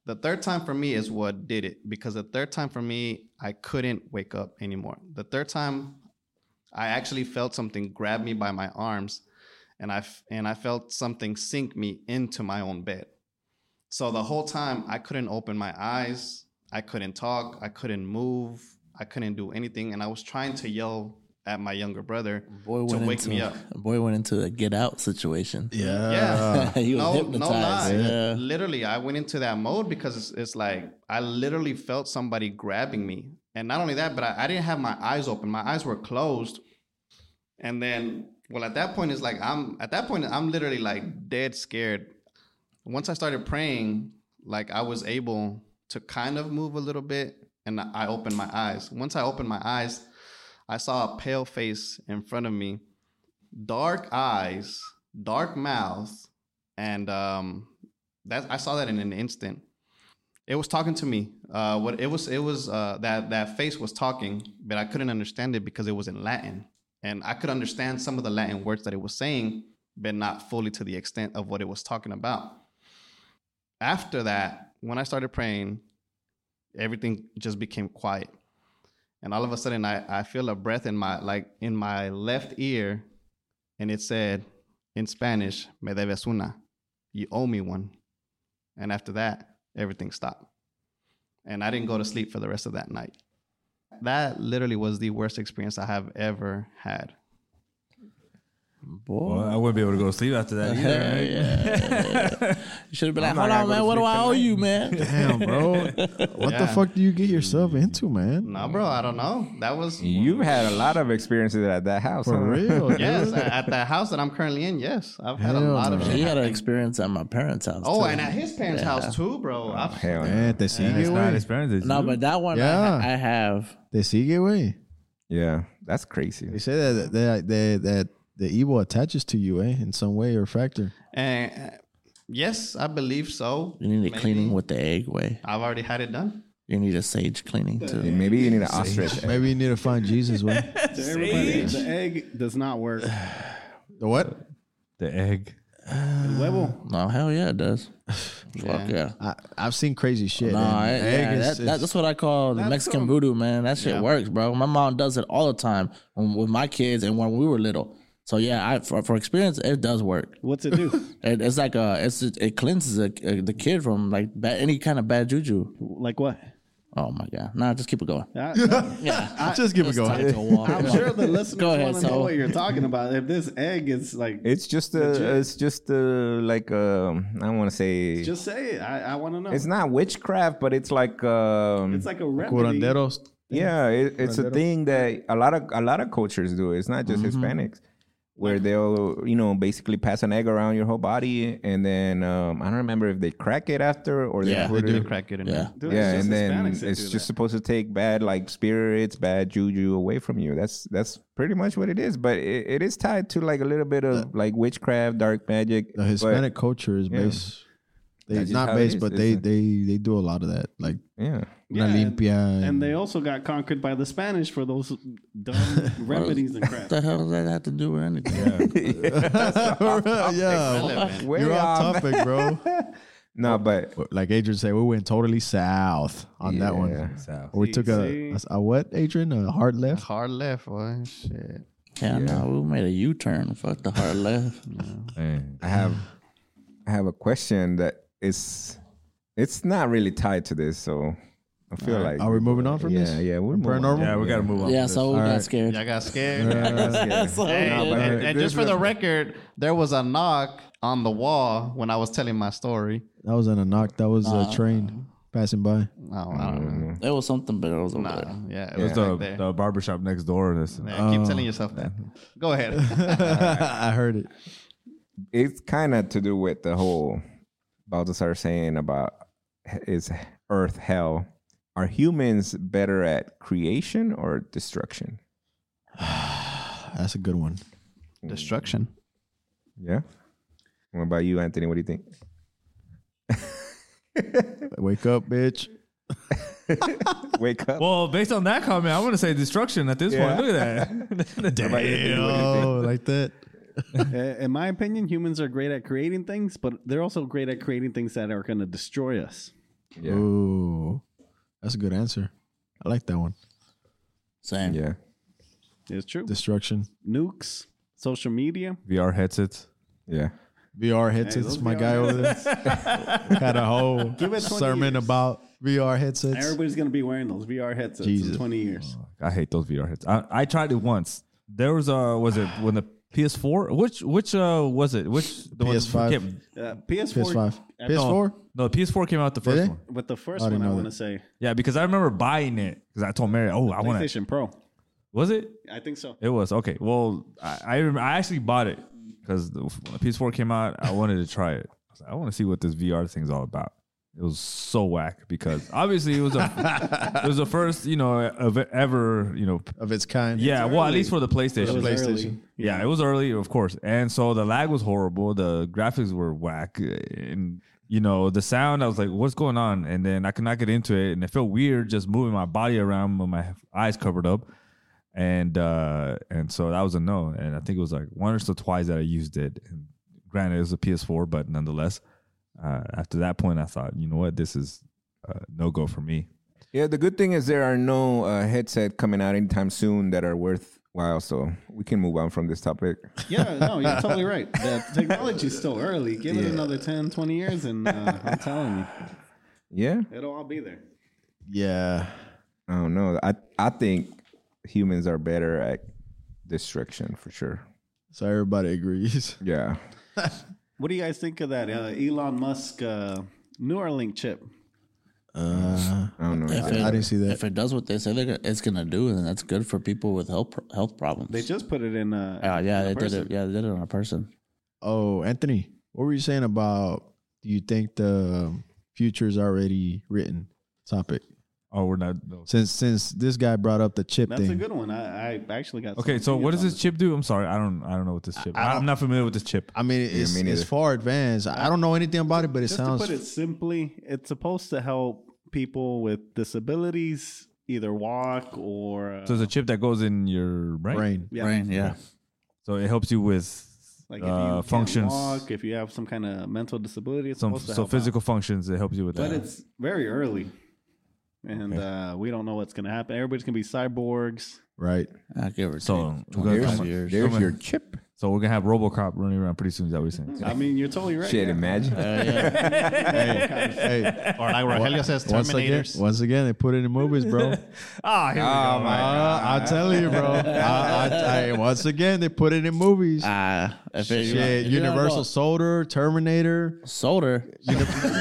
Speaker 5: The third time for me is what did it because the third time for me I couldn't wake up anymore. The third time I actually felt something grab me by my arms and I f- and I felt something sink me into my own bed. So the whole time I couldn't open my eyes, I couldn't talk, I couldn't move, I couldn't do anything, and I was trying to yell at my younger brother
Speaker 6: Boy
Speaker 5: to
Speaker 6: went
Speaker 5: wake
Speaker 6: into
Speaker 5: me up.
Speaker 6: boy went into a get out situation.
Speaker 3: Yeah.
Speaker 5: Yeah.
Speaker 6: he was
Speaker 5: no, no lie.
Speaker 6: hypnotized. yeah.
Speaker 5: Literally, I went into that mode because it's, it's like I literally felt somebody grabbing me. And not only that, but I, I didn't have my eyes open. My eyes were closed. And then, well, at that point, it's like I'm at that point, I'm literally like dead scared. Once I started praying, like I was able to kind of move a little bit and I opened my eyes. Once I opened my eyes, I saw a pale face in front of me dark eyes, dark mouth, and um, that I saw that in an instant. It was talking to me. Uh, what it was, it was uh, that that face was talking, but I couldn't understand it because it was in Latin, and I could understand some of the Latin words that it was saying, but not fully to the extent of what it was talking about. After that, when I started praying, everything just became quiet and all of a sudden I, I feel a breath in my like in my left ear and it said in spanish me debes una you owe me one and after that everything stopped and i didn't go to sleep for the rest of that night that literally was the worst experience i have ever had
Speaker 1: Well,
Speaker 6: Boy,
Speaker 1: I wouldn't be able to go to sleep after that either. right?
Speaker 6: you should have been
Speaker 2: I'm
Speaker 6: like, "Hold
Speaker 2: not
Speaker 6: on,
Speaker 2: gonna
Speaker 6: man.
Speaker 2: go
Speaker 6: What
Speaker 2: to
Speaker 6: do I
Speaker 2: sleep
Speaker 6: owe
Speaker 2: tonight."
Speaker 6: you, man?"
Speaker 3: Damn, bro. What the
Speaker 5: Yeah.
Speaker 3: fuck do you get yourself into, man?
Speaker 5: no bro i don't know that was
Speaker 2: You've had a lot of experiences at that house.
Speaker 3: For
Speaker 2: huh?
Speaker 3: real. dude.
Speaker 5: yes at at the house that i'm currently in yes i've had a
Speaker 3: Hell
Speaker 5: lot of
Speaker 3: no.
Speaker 5: shit
Speaker 6: He had an
Speaker 5: happen.
Speaker 6: experience at my parents' house.
Speaker 5: oh
Speaker 6: too.
Speaker 5: and at his parents house too bro I've,
Speaker 2: Hell no.
Speaker 3: Man, te sigue,
Speaker 1: It's not
Speaker 3: güey.
Speaker 1: experiences.
Speaker 6: no, but that one,
Speaker 3: Yeah.
Speaker 6: I, ha- I have.
Speaker 3: Te sigue, güey.
Speaker 2: Yeah, that's
Speaker 3: They
Speaker 2: crazy.
Speaker 3: say that that that that, the evil attaches to you, eh, in some way or factor.
Speaker 5: And uh, yes, I believe so.
Speaker 6: You need a
Speaker 5: Maybe.
Speaker 6: cleaning with the egg way.
Speaker 5: I've already had it done.
Speaker 6: You need a sage cleaning too.
Speaker 2: Maybe you need an ostrich. egg.
Speaker 3: Maybe you need to find Jesus. Way.
Speaker 4: To everybody, the egg does not work.
Speaker 3: The what?
Speaker 1: The egg.
Speaker 4: Huevo.
Speaker 6: No, hell yeah, it does. Fuck yeah.
Speaker 3: I, I've seen crazy shit.
Speaker 6: No,
Speaker 3: and
Speaker 6: I-
Speaker 3: egg
Speaker 6: yeah,
Speaker 3: is-
Speaker 6: that, that,
Speaker 3: is-
Speaker 6: that's what I call the Mexican voodoo, man. That shit works, bro. My mom does it all the time when, with my kids and when we were little. So yeah, I for, for experience, it does work.
Speaker 4: What's it do?
Speaker 6: It, it's like a, it's it cleanses a, a- the kid from like bad, any kind of bad juju.
Speaker 4: like what?
Speaker 6: Oh my god, nah, just keep it going.
Speaker 4: I,
Speaker 6: Yeah,
Speaker 3: just give it a
Speaker 6: It's
Speaker 3: go.
Speaker 6: time to walk.
Speaker 4: I'm sure the listeners
Speaker 6: Go ahead,
Speaker 4: want to know
Speaker 6: Saul.
Speaker 4: what you're talking about. If this egg is like,
Speaker 2: It's just a. It's just a like um. I don't want to say.
Speaker 4: just say it. I, I want to know.
Speaker 2: It's not witchcraft, but it's like um.
Speaker 4: It's like a remedy.
Speaker 3: Curanderos.
Speaker 2: yeah, it, it's a thing that a lot of a lot of cultures do. It's not just Hispanics, where they'll you know basically pass an egg around your whole body, and then um, I don't remember if they crack it after or they
Speaker 6: Yeah,
Speaker 2: put
Speaker 5: You
Speaker 2: it.
Speaker 5: crack it in
Speaker 6: Yeah.
Speaker 4: Dude,
Speaker 2: yeah,
Speaker 4: it's
Speaker 2: and
Speaker 4: just
Speaker 2: then
Speaker 4: Hispanics that
Speaker 2: it's
Speaker 4: do
Speaker 2: just
Speaker 4: that.
Speaker 2: supposed to take bad like spirits, bad juju away from you. That's that's pretty much what it is. But it, it is tied to like a little bit of like witchcraft, dark magic.
Speaker 3: The
Speaker 2: but-
Speaker 3: Hispanic culture is based. They,
Speaker 2: That's just
Speaker 3: not
Speaker 2: how it
Speaker 3: based,
Speaker 2: is,
Speaker 3: but
Speaker 2: isn't
Speaker 3: they,
Speaker 2: it?
Speaker 3: they they do a lot of that, like
Speaker 2: yeah.
Speaker 3: La
Speaker 4: Yeah, and-
Speaker 3: Limpia. And,
Speaker 4: And they also got conquered by the Spanish for those dumb remedies and crap.
Speaker 6: What the hell does that have to do with anything?
Speaker 3: yeah,
Speaker 2: Way
Speaker 3: you're off
Speaker 2: off.
Speaker 3: topic, bro.
Speaker 2: No, but
Speaker 3: like Adrian said, we went totally south on that one.
Speaker 1: South.
Speaker 3: We took a, a a what, Adrian? A hard left.
Speaker 5: Hard left, boy. Shit.
Speaker 6: Yeah, no, we made a U turn. Fuck the hard left.
Speaker 1: Man.
Speaker 2: I have I have a question that is it's not really tied to this, so I feel like
Speaker 3: Are we moving on from
Speaker 2: yeah,
Speaker 3: this?
Speaker 2: yeah, we're moving
Speaker 3: Paranormal?
Speaker 2: on.
Speaker 1: Yeah, we gotta move on.
Speaker 6: Yeah, so we got
Speaker 3: right.
Speaker 6: scared.
Speaker 5: Y'all got scared.
Speaker 6: So-
Speaker 5: Hey,
Speaker 2: No, but
Speaker 5: and,
Speaker 2: it-
Speaker 5: and
Speaker 2: this
Speaker 5: just for
Speaker 2: was-
Speaker 5: the record, there was a knock on the wall when I was telling my story.
Speaker 3: That was in a knock. That was a train passing by.
Speaker 5: Oh, I don't know.
Speaker 6: It was something, but it was over there.
Speaker 5: Nah, yeah, it
Speaker 1: It's
Speaker 5: was
Speaker 1: the,
Speaker 5: back there.
Speaker 1: the barbershop next door. That's
Speaker 5: Yeah, keep telling yourself that. Go ahead.
Speaker 3: I heard it.
Speaker 2: It's kind of to do with the whole Baltasar saying about is Earth hell. Are humans better at creation or destruction?
Speaker 3: That's a good one.
Speaker 5: Destruction.
Speaker 2: Yeah. What about you, Anthony? What do you think?
Speaker 3: Wake up, bitch.
Speaker 2: Wake up.
Speaker 1: well, based on that comment, I'm gonna say destruction at this
Speaker 2: Yeah.
Speaker 1: point. Look at that.
Speaker 2: What do you think? What do you think?
Speaker 3: Oh, like that.
Speaker 4: Uh, In my opinion, humans are great at creating things, but they're also great at creating things that are going to destroy us.
Speaker 2: Yeah.
Speaker 3: Ooh, that's a good answer. I like that one.
Speaker 6: Same.
Speaker 2: Yeah.
Speaker 4: It's true.
Speaker 3: Destruction.
Speaker 4: Nukes, social media.
Speaker 1: VR headsets.
Speaker 2: Yeah.
Speaker 3: VR headsets.
Speaker 4: those
Speaker 3: my
Speaker 4: VR
Speaker 3: guy over there had a whole
Speaker 4: it 20
Speaker 3: sermon
Speaker 4: years.
Speaker 3: about VR headsets.
Speaker 4: Everybody's going to be wearing those VR headsets
Speaker 3: Jesus. Oh.
Speaker 4: in 20 years.
Speaker 1: I hate those VR headsets. I, I tried it once. There was a was it when the PS4? Which which uh was it? Which the one-
Speaker 3: PS5.
Speaker 1: came-
Speaker 4: Uh, PS4.
Speaker 3: PS5.
Speaker 4: I don't-
Speaker 3: PS4?
Speaker 1: No, PS4 came out the first
Speaker 3: Did it?
Speaker 1: one.
Speaker 4: But the first
Speaker 3: I didn't
Speaker 4: one I
Speaker 3: know
Speaker 4: want to
Speaker 3: that.
Speaker 4: say
Speaker 1: Yeah, because I remember buying it because I told Mary, "Oh, I want to."
Speaker 4: PlayStation Pro.
Speaker 1: Was it?
Speaker 4: I think so.
Speaker 1: It was okay. Well, I I, remember, I actually bought it because the when the PS4 came out. I wanted to try it. I, was like, I want to see what this VR thing's all about. It was so whack because obviously it was a it was the first you know of ever you know
Speaker 3: Of its kind.
Speaker 1: yeah well at least for the
Speaker 4: It
Speaker 1: PlayStation
Speaker 4: was early.
Speaker 3: PlayStation.
Speaker 1: yeah, it was early, of course, and so the lag was horrible. The graphics were whack, and you know the sound. I was like, "What's going on?" And then I could not get into it, and it felt weird just moving my body around with my eyes covered up, and uh and so that was a no. And I think it was like once or twice that I used it. And granted, it was a PS4, but nonetheless, uh, after that point, I thought, you know what, this is uh, no go for me.
Speaker 2: Yeah, the good thing is there are no uh, headset coming out anytime soon that are worthwhile, so we can move on from this topic.
Speaker 4: Yeah, no, you're totally right. The technology's still early. Give it another 10, 20 years, and uh, I'm telling you,
Speaker 2: Yeah,
Speaker 4: it'll all be there.
Speaker 3: Yeah.
Speaker 2: I don't know. I I think humans are better at destruction for sure.
Speaker 3: So everybody agrees.
Speaker 2: Yeah,
Speaker 4: What do you guys think of that uh, Elon Musk uh, Neuralink chip?
Speaker 3: Uh,
Speaker 2: I don't know.
Speaker 6: If
Speaker 3: I didn't see that.
Speaker 6: If it does what they say they're gonna, it's gonna do, then that's good for people with health pro- health problems.
Speaker 4: They just put it in. Uh,
Speaker 6: Uh, yeah,
Speaker 4: in a
Speaker 6: they did
Speaker 4: person.
Speaker 6: it. Yeah, they did it on a person.
Speaker 3: Oh, Anthony, what were you saying about do you think the future is already written topic?
Speaker 1: Oh, we're not. no.
Speaker 3: Since since this guy brought up the chip
Speaker 4: That's
Speaker 3: thing,
Speaker 4: a good one. I, I actually got.
Speaker 1: Okay,
Speaker 4: some
Speaker 1: so what does
Speaker 4: opinions on
Speaker 1: this chip do? I'm sorry, I don't, I don't know what this chip. I, am not familiar with this chip.
Speaker 3: I mean, it's,
Speaker 2: me
Speaker 3: it's
Speaker 2: neither.
Speaker 3: far advanced. I I don't know anything about it, but it
Speaker 4: Just
Speaker 3: sounds.
Speaker 4: to put it simply, it's supposed to help people with disabilities either walk or uh,
Speaker 1: So it's a chip that goes in your brain.
Speaker 3: brain.
Speaker 4: yeah,
Speaker 6: Brain, yeah.
Speaker 1: So it helps you with
Speaker 4: like if you
Speaker 1: uh,
Speaker 4: can't
Speaker 1: functions,
Speaker 4: walk, if you have some kind of mental disability, it's
Speaker 1: some
Speaker 4: supposed to
Speaker 1: so
Speaker 4: help out.
Speaker 1: physical functions. It helps you with
Speaker 4: But
Speaker 1: that.
Speaker 4: it's very early, and uh, we don't know what's gonna happen. Everybody's gonna be cyborgs.
Speaker 3: Right.
Speaker 6: I give or
Speaker 1: So
Speaker 6: take
Speaker 1: we're
Speaker 6: 25
Speaker 1: gonna-
Speaker 6: years.
Speaker 2: There's
Speaker 1: Someone-
Speaker 2: your chip.
Speaker 1: So we're gonna have RoboCop running around pretty soon. Is that what you're saying?
Speaker 4: I mean, you're totally right.
Speaker 2: Shit,
Speaker 4: yeah.
Speaker 2: imagine.
Speaker 6: Uh, yeah.
Speaker 3: Hey,
Speaker 5: Or like Rogelio says,
Speaker 3: once again,
Speaker 5: Terminators.
Speaker 3: once again, they put it in movies, bro.
Speaker 1: Ah, here we go.
Speaker 2: oh my
Speaker 3: Uh,
Speaker 2: god!
Speaker 3: I'm telling you, bro. I, I, I, once again, they put it in movies.
Speaker 6: Ah, if it,
Speaker 3: Shit,
Speaker 6: if you don't
Speaker 3: Universal
Speaker 6: know-
Speaker 3: Soldier, Terminator.
Speaker 6: solder.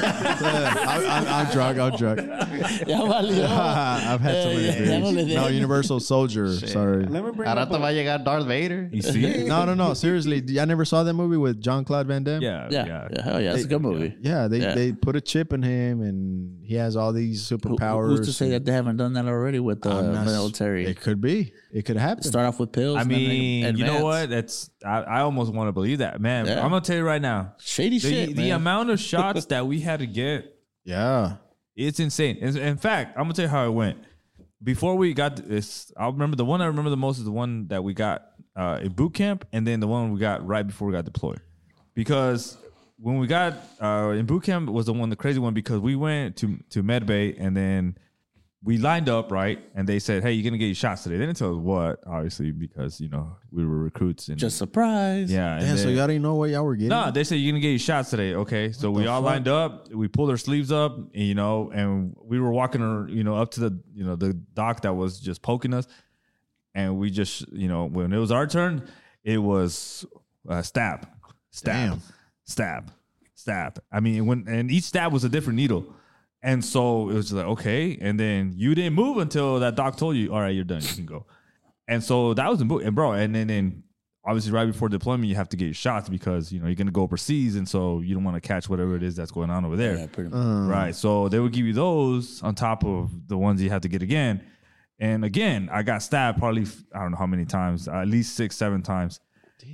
Speaker 3: I, I, I'm drunk. I'm drunk.
Speaker 6: Ya valió.
Speaker 3: I've had so
Speaker 6: Yeah,
Speaker 3: many
Speaker 6: yeah, yeah.
Speaker 3: beers. No, Universal Soldier. Sorry.
Speaker 4: Let me bring
Speaker 5: A
Speaker 4: up
Speaker 5: rato va a
Speaker 4: a,
Speaker 5: llegar Darth Vader.
Speaker 1: You see?
Speaker 3: No, no, no. Seriously, do- I never saw that movie with John Claude Van Damme.
Speaker 1: Yeah,
Speaker 6: Yeah,
Speaker 1: Uh, yeah.
Speaker 6: yeah, hell yeah, it's a good movie.
Speaker 3: Yeah, they,
Speaker 6: Yeah.
Speaker 3: they put a chip in him, and he has all these
Speaker 6: Who-
Speaker 3: superpowers.
Speaker 6: Who's to say that they haven't done that already with the
Speaker 3: I'm not s-
Speaker 6: Uh, military?
Speaker 3: It could be. It could happen.
Speaker 6: Start off with pills.
Speaker 1: I
Speaker 6: and then they
Speaker 1: mean, you know what?
Speaker 6: advance.
Speaker 1: That's I, I almost want to believe that, man.
Speaker 6: Yeah.
Speaker 1: I'm gonna tell you right now,
Speaker 6: Shady
Speaker 1: the,
Speaker 6: shit,
Speaker 1: the
Speaker 6: man.
Speaker 1: amount of shots that we had to get
Speaker 3: yeah.
Speaker 1: It's insane. In- In fact, I'm gonna tell you how it went. Before we got this, I remember the one I remember the most is the one that we got uh, in boot camp, and then the one we got right before we got deployed. Because when we got uh, in boot camp was the one, the crazy one, because we went to to med bay and then we lined up right, and they said, "Hey, you're gonna get your shots today." They didn't tell us what, obviously, because you know we were recruits and
Speaker 6: Just surprise.
Speaker 1: yeah. and
Speaker 3: Damn, so
Speaker 1: then-
Speaker 3: y'all didn't know what y'all were getting?
Speaker 1: no, they said you're gonna get your shots today. Okay, so we all lined up. We pulled our sleeves up, and, you know, and we were walking, ar- you know, up to the, you know, the doc that was just poking us, and we just, you know, when it was our turn, it was uh, stab, stab,
Speaker 3: Damn.
Speaker 1: stab, stab. I mean, when and each stab was a different needle, and so it was just like okay, and then you didn't move until that doc told you, all right, you're done, you can go. And so that was in boot, and bro, and then then obviously right before deployment, you have to get your shots because you know you're gonna go overseas, and so you don't want to catch whatever it is that's going on over there,
Speaker 6: Yeah,
Speaker 5: Uh,
Speaker 6: pretty much.
Speaker 1: right? So they would give you those on top of the ones you have to get again, and again, I got stabbed probably f- I don't know how many times, at least six, seven times.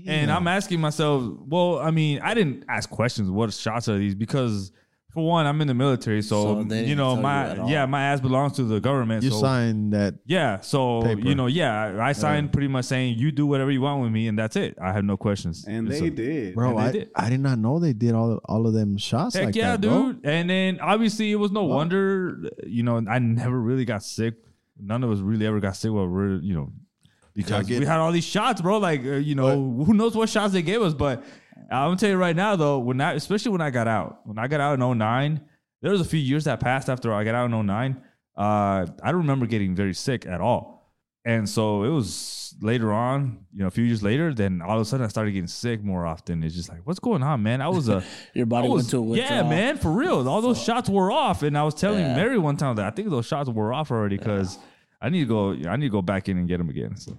Speaker 1: And I'm asking myself, well, I mean, I didn't ask questions. What shots are these? Because for one, I'm in the military,
Speaker 6: So
Speaker 1: so,
Speaker 6: they
Speaker 1: you
Speaker 6: didn't
Speaker 1: know
Speaker 6: tell you
Speaker 1: my
Speaker 6: at all.
Speaker 1: yeah, my ass belongs to the government.
Speaker 3: You
Speaker 1: so
Speaker 3: signed that.
Speaker 1: yeah. So
Speaker 3: Paper.
Speaker 1: you know, yeah, I signed pretty much saying you do whatever you want with me, and that's it. I have no questions.
Speaker 4: and they
Speaker 1: so-
Speaker 4: did.
Speaker 3: Bro,
Speaker 1: And they
Speaker 3: I,
Speaker 1: did.
Speaker 3: I did not know they did all, all of them shots
Speaker 1: Heck
Speaker 3: like
Speaker 1: yeah,
Speaker 3: that, bro.
Speaker 1: dude. And then obviously it was no wonder, you know, I never really got sick. None of us really ever got sick while we're, you know, because
Speaker 3: get-
Speaker 1: we had all these shots, bro. Like, uh, you know, who knows what shots they gave us. But I'm gonna tell you right now, though, when I, especially when I got out, when I got out in 09, there was a few years that passed after I got out in 09. Uh, I don't remember getting very sick at all. And so it was later on, you know, a few years later, then all of a sudden I started getting sick more often. It's just like, what's going on, man? I was a
Speaker 6: Your body
Speaker 1: I was-
Speaker 6: went to a
Speaker 1: yeah,
Speaker 6: withdrawal.
Speaker 1: man, for real. All those shots were off, and I was telling
Speaker 6: Yeah.
Speaker 1: Mary one time that I think those shots were off already because I need to go. I need to go back in and get them again. So.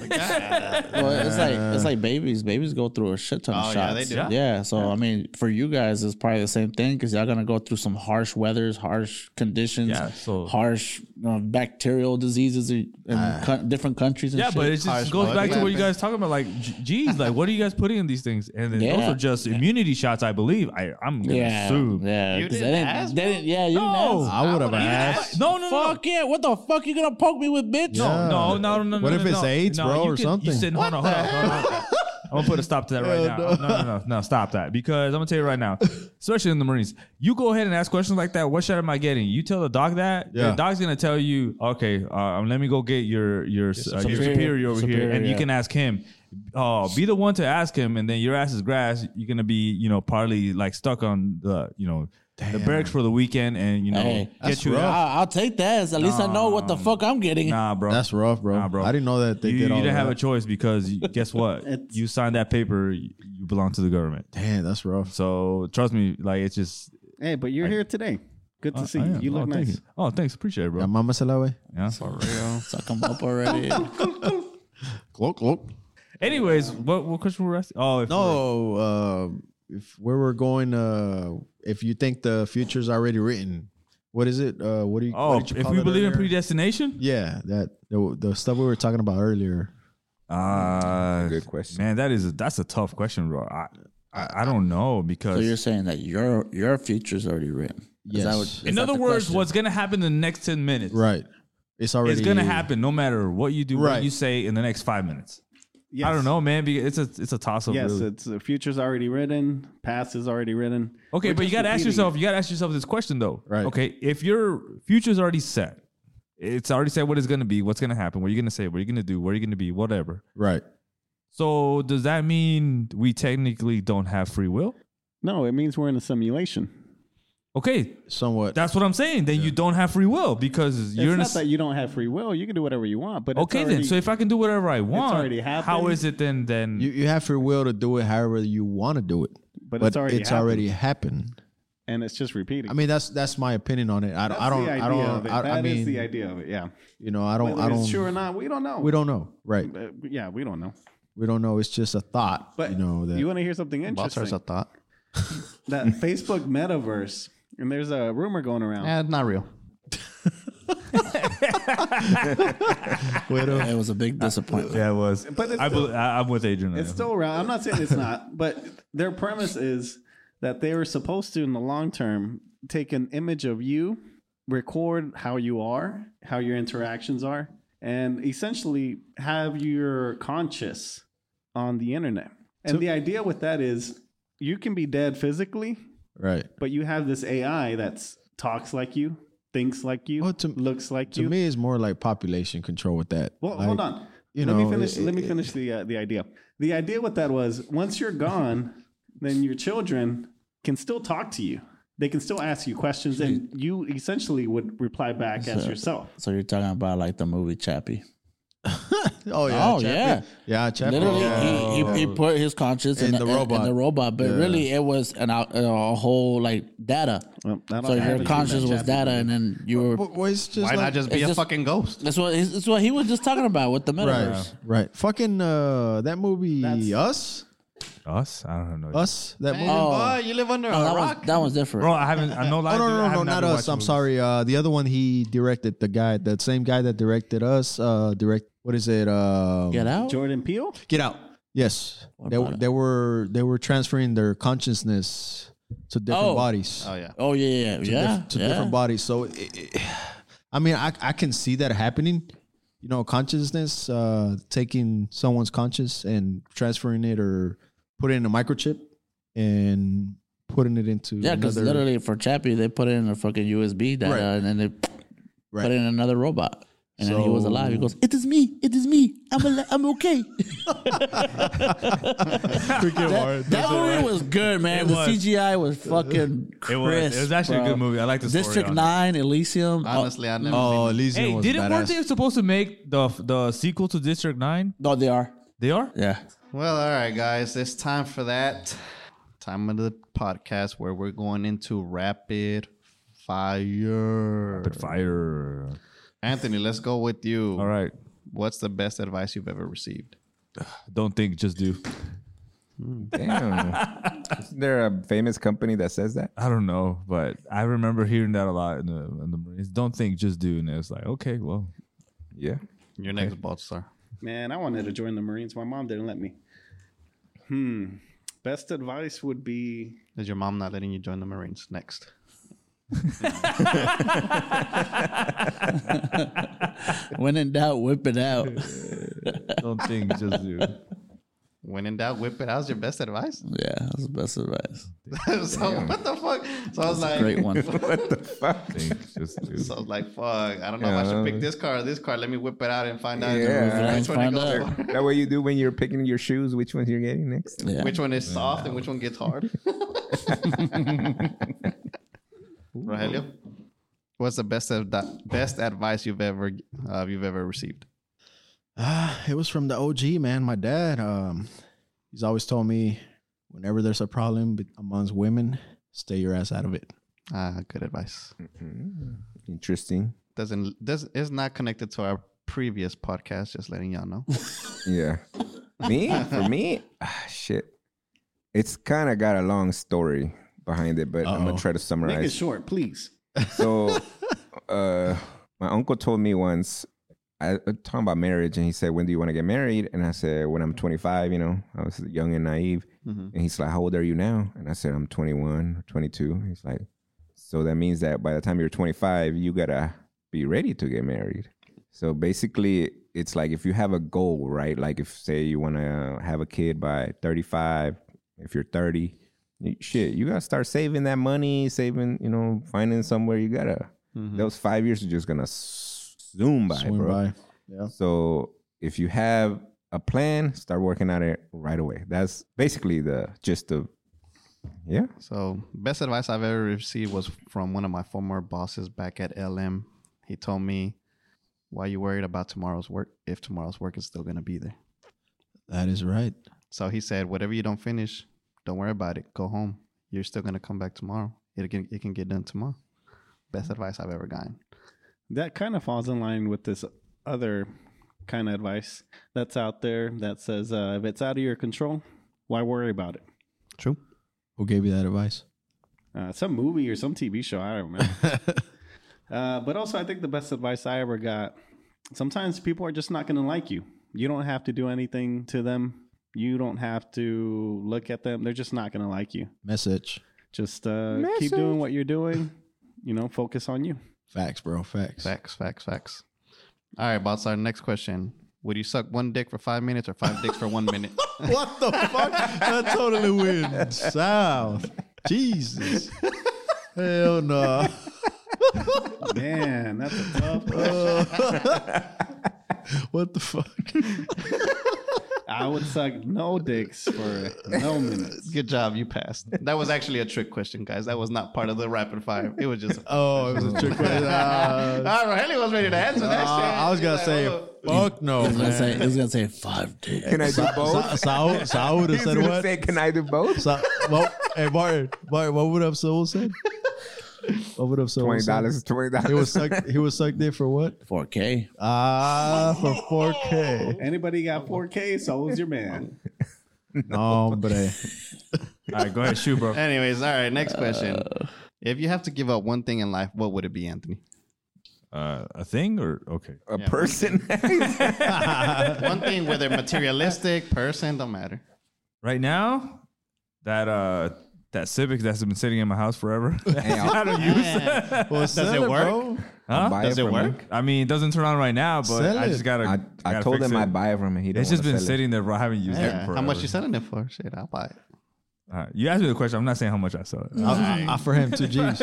Speaker 6: Well, it's like it's like babies. Babies go through a shit ton of
Speaker 5: Oh, yeah, they
Speaker 6: shots.
Speaker 5: do.
Speaker 6: Yeah, so I mean, for you guys, it's probably the same thing because y'all gonna go through some harsh weathers, harsh conditions,
Speaker 1: Yeah, so-
Speaker 6: harsh uh, bacterial diseases in in
Speaker 5: Ah.
Speaker 6: co- different countries. And
Speaker 1: Yeah,
Speaker 6: shit.
Speaker 1: but it just
Speaker 5: Harsh
Speaker 1: goes
Speaker 5: blood
Speaker 1: back to what you
Speaker 5: clamping.
Speaker 1: guys talking about. Like, g- geez, like what are you guys putting in these things? And then those
Speaker 6: Yeah.
Speaker 1: are just immunity shots, I believe. I I'm gonna
Speaker 6: yeah,
Speaker 1: assume.
Speaker 6: yeah,
Speaker 5: You
Speaker 6: 'cause
Speaker 5: didn't
Speaker 6: they didn't,
Speaker 5: ask,
Speaker 6: they
Speaker 5: bro?
Speaker 6: didn't- yeah, you
Speaker 1: No.
Speaker 6: didn't ask.
Speaker 3: I would have
Speaker 5: would've
Speaker 3: asked.
Speaker 1: No, no, no.
Speaker 6: Fuck yeah! What the fuck you gonna poke me with, bitch?
Speaker 3: Yeah.
Speaker 1: No, no, no, no.
Speaker 3: What
Speaker 1: no,
Speaker 3: if
Speaker 1: no,
Speaker 3: it's
Speaker 1: no.
Speaker 3: AIDS,
Speaker 1: No,
Speaker 3: bro,
Speaker 1: you
Speaker 3: or
Speaker 1: could-
Speaker 3: something?
Speaker 1: You said, hold on, hold on, hold on, hold on. I'm gonna put a stop to that right now. No. no, no, no, stop that because I'm gonna tell you right now, especially in the Marines, you go ahead and ask questions like that. What shot am I getting? You tell the doc that,
Speaker 3: Yeah.
Speaker 1: the doc's gonna tell you, okay, uh, um, let me go get your your, uh, your
Speaker 6: superior-
Speaker 1: superior over here,
Speaker 6: superior,
Speaker 1: and you
Speaker 6: yeah.
Speaker 1: can ask him. Oh, be the one to ask him, and then your ass is grass. You're gonna be, you know, probably like stuck on the, you know, the barracks for the weekend, and you know,
Speaker 6: Hey,
Speaker 1: get you out.
Speaker 6: I, I'll take that. As at least I know what the fuck I'm getting.
Speaker 1: Nah, bro,
Speaker 3: That's rough, bro.
Speaker 1: Nah, bro.
Speaker 3: I didn't know that they
Speaker 1: you,
Speaker 3: did
Speaker 1: you
Speaker 3: all
Speaker 1: didn't
Speaker 3: of
Speaker 1: have a
Speaker 3: that.
Speaker 1: choice because you, guess what?
Speaker 4: It's-
Speaker 1: you signed that paper. You you belong to the government.
Speaker 3: Damn, that's rough.
Speaker 1: So trust me, like it's just.
Speaker 4: Hey, but you're here today. Good to see
Speaker 1: I
Speaker 4: you.
Speaker 1: am.
Speaker 4: You
Speaker 1: oh,
Speaker 4: look
Speaker 1: thank
Speaker 4: nice.
Speaker 1: you. Oh, thanks. Appreciate it,
Speaker 3: Yeah,
Speaker 1: bro.
Speaker 3: Mama Salawe.
Speaker 1: Yeah.
Speaker 6: Suck him up already.
Speaker 3: Cloak, cloak.
Speaker 1: Anyways, what what question were we asking? Oh, if we're-
Speaker 3: No, uh, if where we're going, uh, if you think the future's already written, What is it? Uh, what do you?
Speaker 1: Oh,
Speaker 3: what did you
Speaker 1: if
Speaker 3: call
Speaker 1: we
Speaker 3: it
Speaker 1: believe in
Speaker 3: earlier?
Speaker 1: predestination,
Speaker 3: yeah, that the, the stuff we were talking about earlier.
Speaker 1: uh,
Speaker 2: Good question.
Speaker 1: man, that is a, that's a tough question, bro. I I, I don't know
Speaker 6: So you're
Speaker 1: because
Speaker 6: saying that your your future's already written. Is that what-
Speaker 3: Yes.
Speaker 6: is
Speaker 1: in
Speaker 6: that
Speaker 1: other
Speaker 6: the
Speaker 1: words,
Speaker 6: question?
Speaker 1: what's gonna happen in the next ten minutes?
Speaker 3: Right. It's already.
Speaker 1: It's gonna happen no matter what you do, what
Speaker 3: Right.
Speaker 1: you say in the next five minutes.
Speaker 4: Yes.
Speaker 1: I don't know, man. be- It's a it's a toss up.
Speaker 4: Yes,
Speaker 1: really.
Speaker 4: it's the future's already written, past is already written.
Speaker 1: Okay,
Speaker 4: We're
Speaker 1: but you
Speaker 4: just
Speaker 1: gotta ask
Speaker 4: repeating
Speaker 1: yourself. You gotta ask yourself this question though.
Speaker 3: Right.
Speaker 1: Okay, if your future's already set, it's already said what it's gonna be, what's gonna happen, what you're gonna say, what you're gonna do, where you're gonna be, whatever.
Speaker 3: Right.
Speaker 1: So does that mean we technically don't have free will?
Speaker 4: it. No, it means we're in a simulation.
Speaker 1: Okay,
Speaker 3: Somewhat.
Speaker 1: that's what I'm saying. Then you don't have free will because
Speaker 4: It's
Speaker 1: you're in a.
Speaker 4: not
Speaker 1: s-
Speaker 4: that you don't have free will. You can do whatever you want. But it's
Speaker 1: okay then.
Speaker 4: already-
Speaker 1: So if I can do whatever I want,
Speaker 4: already happened.
Speaker 1: how is it then? Then
Speaker 3: you you have free will to do it however you want to do it,
Speaker 4: but, it's already happened,
Speaker 3: happened.
Speaker 4: and it's just repeating.
Speaker 3: I mean, that's that's my opinion on it. I, don't.
Speaker 4: That's
Speaker 3: I don't.
Speaker 4: the idea
Speaker 3: I
Speaker 4: Of
Speaker 3: don't.
Speaker 4: it.
Speaker 3: I, I
Speaker 4: That is
Speaker 3: mean,
Speaker 4: the idea of it. Yeah.
Speaker 3: you know, I don't.
Speaker 4: Whether
Speaker 3: I don't.
Speaker 4: it's true or not, we don't know.
Speaker 3: we don't know. Right.
Speaker 4: Uh, yeah, we don't know.
Speaker 3: We don't know. It's just a thought.
Speaker 4: But
Speaker 3: you know that.
Speaker 4: You want to hear something
Speaker 5: Baltar's
Speaker 4: interesting?
Speaker 5: a thought.
Speaker 4: that Facebook metaverse, and there's a rumor going around.
Speaker 5: Yeah, it's Eh, not real.
Speaker 6: It was a big disappointment.
Speaker 1: yeah, it was.
Speaker 4: But it's
Speaker 1: I
Speaker 4: still-
Speaker 1: bel I, I'm with Adrian. on
Speaker 4: It's
Speaker 1: that.
Speaker 4: still around. I'm not saying it's not, but their premise is that they were supposed to, in the long term, take an image of you, record how you are, how your interactions are, and essentially have your conscious on the internet. And the idea with that is you can be dead physically,
Speaker 3: right.
Speaker 4: but you have this AI that's talks like you, thinks like you,
Speaker 3: Well, to-
Speaker 4: looks like
Speaker 3: To
Speaker 4: you.
Speaker 3: me, it's more like population control with that.
Speaker 4: well,
Speaker 3: Like,
Speaker 4: hold on.
Speaker 3: You
Speaker 4: let
Speaker 3: know,
Speaker 4: me finish.
Speaker 3: it-
Speaker 4: let me
Speaker 3: it-
Speaker 4: finish the uh, the idea. The idea with that was once you're gone, then your children can still talk to you. They can still ask you questions, and you essentially would reply back as
Speaker 6: So-
Speaker 4: yourself.
Speaker 6: So you're talking about like the movie Chappie.
Speaker 3: Oh yeah.
Speaker 6: Oh,
Speaker 3: Chapman. Yeah. Chapman.
Speaker 6: Literally,
Speaker 3: Yeah.
Speaker 6: he, he, he put his conscience in, the, robot. In the robot, but really, it was an, out- a whole like data.
Speaker 4: Well, I don't
Speaker 6: So
Speaker 4: know. I
Speaker 6: your
Speaker 4: haven't seen
Speaker 6: conscience
Speaker 4: that
Speaker 6: was
Speaker 4: Chappie
Speaker 6: data,
Speaker 4: movie.
Speaker 6: and then you were.
Speaker 3: But- well, it's just
Speaker 5: Why
Speaker 3: like,
Speaker 5: not just be
Speaker 6: it's
Speaker 5: a
Speaker 6: just-
Speaker 5: fucking ghost?
Speaker 6: That's what. That's what he was just talking about with the metaverse.
Speaker 3: right. Right. Fucking uh, that movie.
Speaker 4: That's-
Speaker 3: Us.
Speaker 1: us. I don't know.
Speaker 3: Us. That movie.
Speaker 6: Oh.
Speaker 5: Boy, you live under
Speaker 6: Oh,
Speaker 5: a
Speaker 6: that
Speaker 5: rock.
Speaker 6: was that was different.
Speaker 1: Bro, I haven't. I know.
Speaker 3: Oh no, no, no, no, not us. I'm sorry. Uh, the other one he directed, the guy, that same guy that directed us, uh, direct. What is it? Um,
Speaker 6: Get out.
Speaker 4: Jordan Peele.
Speaker 3: Get out. Yes,
Speaker 6: What
Speaker 3: they,
Speaker 6: about
Speaker 3: were-
Speaker 6: it?
Speaker 3: they were they were transferring their consciousness to different
Speaker 6: Oh.
Speaker 3: bodies,
Speaker 5: oh yeah.
Speaker 6: Oh yeah, yeah,
Speaker 3: to,
Speaker 6: yeah.
Speaker 3: diff- to
Speaker 6: yeah.
Speaker 3: different bodies. So, it, it, I mean, I I can see that happening. You know, consciousness, uh, taking someone's conscious and transferring it, or putting in a microchip and putting it into
Speaker 6: Yeah, because
Speaker 3: another-
Speaker 6: literally for Chappie, they put in a fucking USB data
Speaker 3: Right.
Speaker 6: uh, and then they
Speaker 3: Right.
Speaker 6: put in another robot. And then he was alive. He
Speaker 3: So-
Speaker 6: goes, "It is me. It is me. I'm al- I'm okay." that that movie was good, man.
Speaker 1: It
Speaker 6: the
Speaker 1: was.
Speaker 6: CGI was fucking crisp.
Speaker 1: It was. It was actually a
Speaker 6: bro.
Speaker 1: good movie. I like the story
Speaker 6: District
Speaker 1: on it.
Speaker 6: Nine, Elysium. oh,
Speaker 5: Honestly, I never.
Speaker 3: Oh,
Speaker 5: seen
Speaker 3: Elysium
Speaker 1: Hey,
Speaker 3: was
Speaker 1: didn't weren't
Speaker 3: badass.
Speaker 1: they supposed to make the the sequel to District Nine?
Speaker 6: no, they are.
Speaker 1: They are.
Speaker 6: Yeah.
Speaker 5: it. Well, all right, guys. It's time for that time of the podcast where we're going into rapid fire.
Speaker 1: Rapid fire.
Speaker 5: Anthony, let's go with you.
Speaker 1: All right.
Speaker 5: What's the best advice you've ever received?
Speaker 1: Don't think, just do.
Speaker 2: Damn. is there a famous company that says that?
Speaker 1: I don't know, but I remember hearing that a lot in the, in the Marines. Don't think, just do. And it's like, okay, well,
Speaker 2: Yeah.
Speaker 5: Your next Baltasar.
Speaker 4: Man, I wanted to join the Marines. My mom didn't let me. Hmm. Best advice would be
Speaker 5: Is your mom not letting you join the Marines? Next.
Speaker 6: When in doubt, whip it out.
Speaker 1: don't think, just do.
Speaker 5: When in doubt, whip it. How's your best advice?
Speaker 6: yeah, that's the best advice.
Speaker 5: so what the fuck? So I was like,
Speaker 6: Great one.
Speaker 1: Think, just do.
Speaker 5: so I was like, fuck. I don't know if I
Speaker 2: Yeah.
Speaker 5: should pick this car or this car. Let me whip it out and find out
Speaker 2: Yeah.
Speaker 5: which one it
Speaker 6: Find
Speaker 5: goes
Speaker 6: out.
Speaker 5: for.
Speaker 2: That way you do when you're picking your shoes, which ones you're getting next.
Speaker 6: Yeah.
Speaker 5: Which one is soft and which one gets hard? Rogelio, what's the best of that best advice you've ever uh, you've ever received?
Speaker 3: Ah, it was from the OG man, my dad. Um, he's always told me, whenever there's a problem be- amongst women, stay your ass out of it.
Speaker 5: Ah, good advice.
Speaker 2: Hmm. Interesting.
Speaker 5: Doesn't does is not connected to our previous podcast. Just letting y'all know.
Speaker 2: Yeah. me? For me? Ah, shit. It's kind of got a long story behind it, but I'm going
Speaker 3: Uh-oh.
Speaker 2: to try to
Speaker 4: make it
Speaker 2: summarize.
Speaker 4: short, please.
Speaker 2: So, uh, my uncle told me once, I uh, talking about marriage, and he said, "When do you want to get married?" And I said, "When I'm 25." You know, I was young and naive.
Speaker 3: Mm-hmm.
Speaker 2: And he's like, "How old are you now?" And I said, "I'm 21 or 22." He's like, "So that means that by the time you're 25, you gotta be ready to get married." So basically, it's like if you have a goal, right? Like if say you want to have a kid by 35, if you're 30, you- shit, you gotta start saving that money, saving, you know, finding somewhere. You gotta. Those five years are just gonna s- zoom by,
Speaker 3: Mm-hmm. Swing
Speaker 2: bro.
Speaker 3: by. Yeah.
Speaker 2: So if you have a plan, start working on it right away. That's basically the gist of. Yeah,
Speaker 5: So, best advice I've ever received was from one of my former bosses back at LM. He told me, "Why you worried about tomorrow's work if tomorrow's work is still going to be there?"
Speaker 3: That is right.
Speaker 5: So he said, "Whatever you don't finish, don't worry about it. Go home. You're still going to come back tomorrow. It can it can get done tomorrow." Best advice I've ever gotten.
Speaker 4: that kind of falls in line with this other kind of advice that's out there that says uh, if it's out of your control why worry about it
Speaker 5: True.
Speaker 3: Who gave you that advice?
Speaker 4: uh, some movie or some tv show i don't remember uh, but also i think the best advice i ever got sometimes people are just not going to like you you don't have to do anything to them you don't have to look at them they're just not going to like you
Speaker 3: Message.
Speaker 4: just uh, keep doing what you're doing you know focus on you
Speaker 3: Facts, bro. Facts.
Speaker 5: Facts, facts, facts. All right, boss. Our next question: Would you suck one dick for five minutes or five dicks for one minute?
Speaker 3: What the fuck? That totally went south. Jesus. Hell no.
Speaker 4: man that's a tough
Speaker 3: What the fuck?
Speaker 4: I would suck no dicks for no minutes.
Speaker 5: Good job, you passed. That was actually a trick question, guys. That was not part of the rapid fire. It was just.
Speaker 3: Oh, it was a trick question.
Speaker 5: All
Speaker 3: Uh,
Speaker 5: right, Haley was ready to answer that
Speaker 3: uh,
Speaker 5: shit. "Oh."
Speaker 3: I was gonna say, fuck no,
Speaker 6: It's gonna
Speaker 3: man.
Speaker 6: say it's gonna say five dicks.
Speaker 2: can I do both?
Speaker 3: Sa- Saul, Saul would have
Speaker 2: He's
Speaker 3: said
Speaker 2: gonna
Speaker 3: what?
Speaker 2: say, can I do both?
Speaker 3: Sa- well, hey, Martin, Martin, what would have Saul said? What would have Saul
Speaker 2: Twenty
Speaker 3: said?
Speaker 2: dollars, twenty
Speaker 3: He uh, was uh,
Speaker 2: dollars.
Speaker 3: sucked. He was sucked in for what?
Speaker 6: Four K.
Speaker 3: Ah, for 4K.
Speaker 4: Anybody got 4K? So is your man.
Speaker 3: No, hombre.
Speaker 1: All right, go ahead, shoot, bro.
Speaker 5: Anyways, all right, next question.
Speaker 3: Uh.
Speaker 5: if you have to give up one thing in life, what would it be, Anthony?
Speaker 1: Uh, a thing or okay?
Speaker 2: A person.
Speaker 5: one thing, whether materialistic, person, don't matter.
Speaker 1: Right now, that uh, that Civic that's been sitting in my house forever.
Speaker 2: I'll-
Speaker 1: I don't use.
Speaker 3: Well, sell
Speaker 5: it work?
Speaker 3: bro.
Speaker 1: Huh?
Speaker 2: buy Does it it from him.
Speaker 1: I mean, it doesn't turn on right now, but
Speaker 3: Sell
Speaker 1: I
Speaker 3: it.
Speaker 1: just gotta.
Speaker 2: I, I
Speaker 1: gotta
Speaker 2: told
Speaker 1: fix
Speaker 2: him
Speaker 1: it.
Speaker 2: I'd buy it from him. He
Speaker 1: It's
Speaker 2: doesn't
Speaker 1: just
Speaker 2: wanna
Speaker 1: been
Speaker 2: sell it.
Speaker 1: sitting there, bro. I haven't used it.
Speaker 5: Yeah.
Speaker 1: For
Speaker 5: How much you selling it for? Shit, I'll buy it.
Speaker 1: you asked me the question. I'm not saying how much I sell it.
Speaker 5: Mm.
Speaker 3: I, I offer him two G's.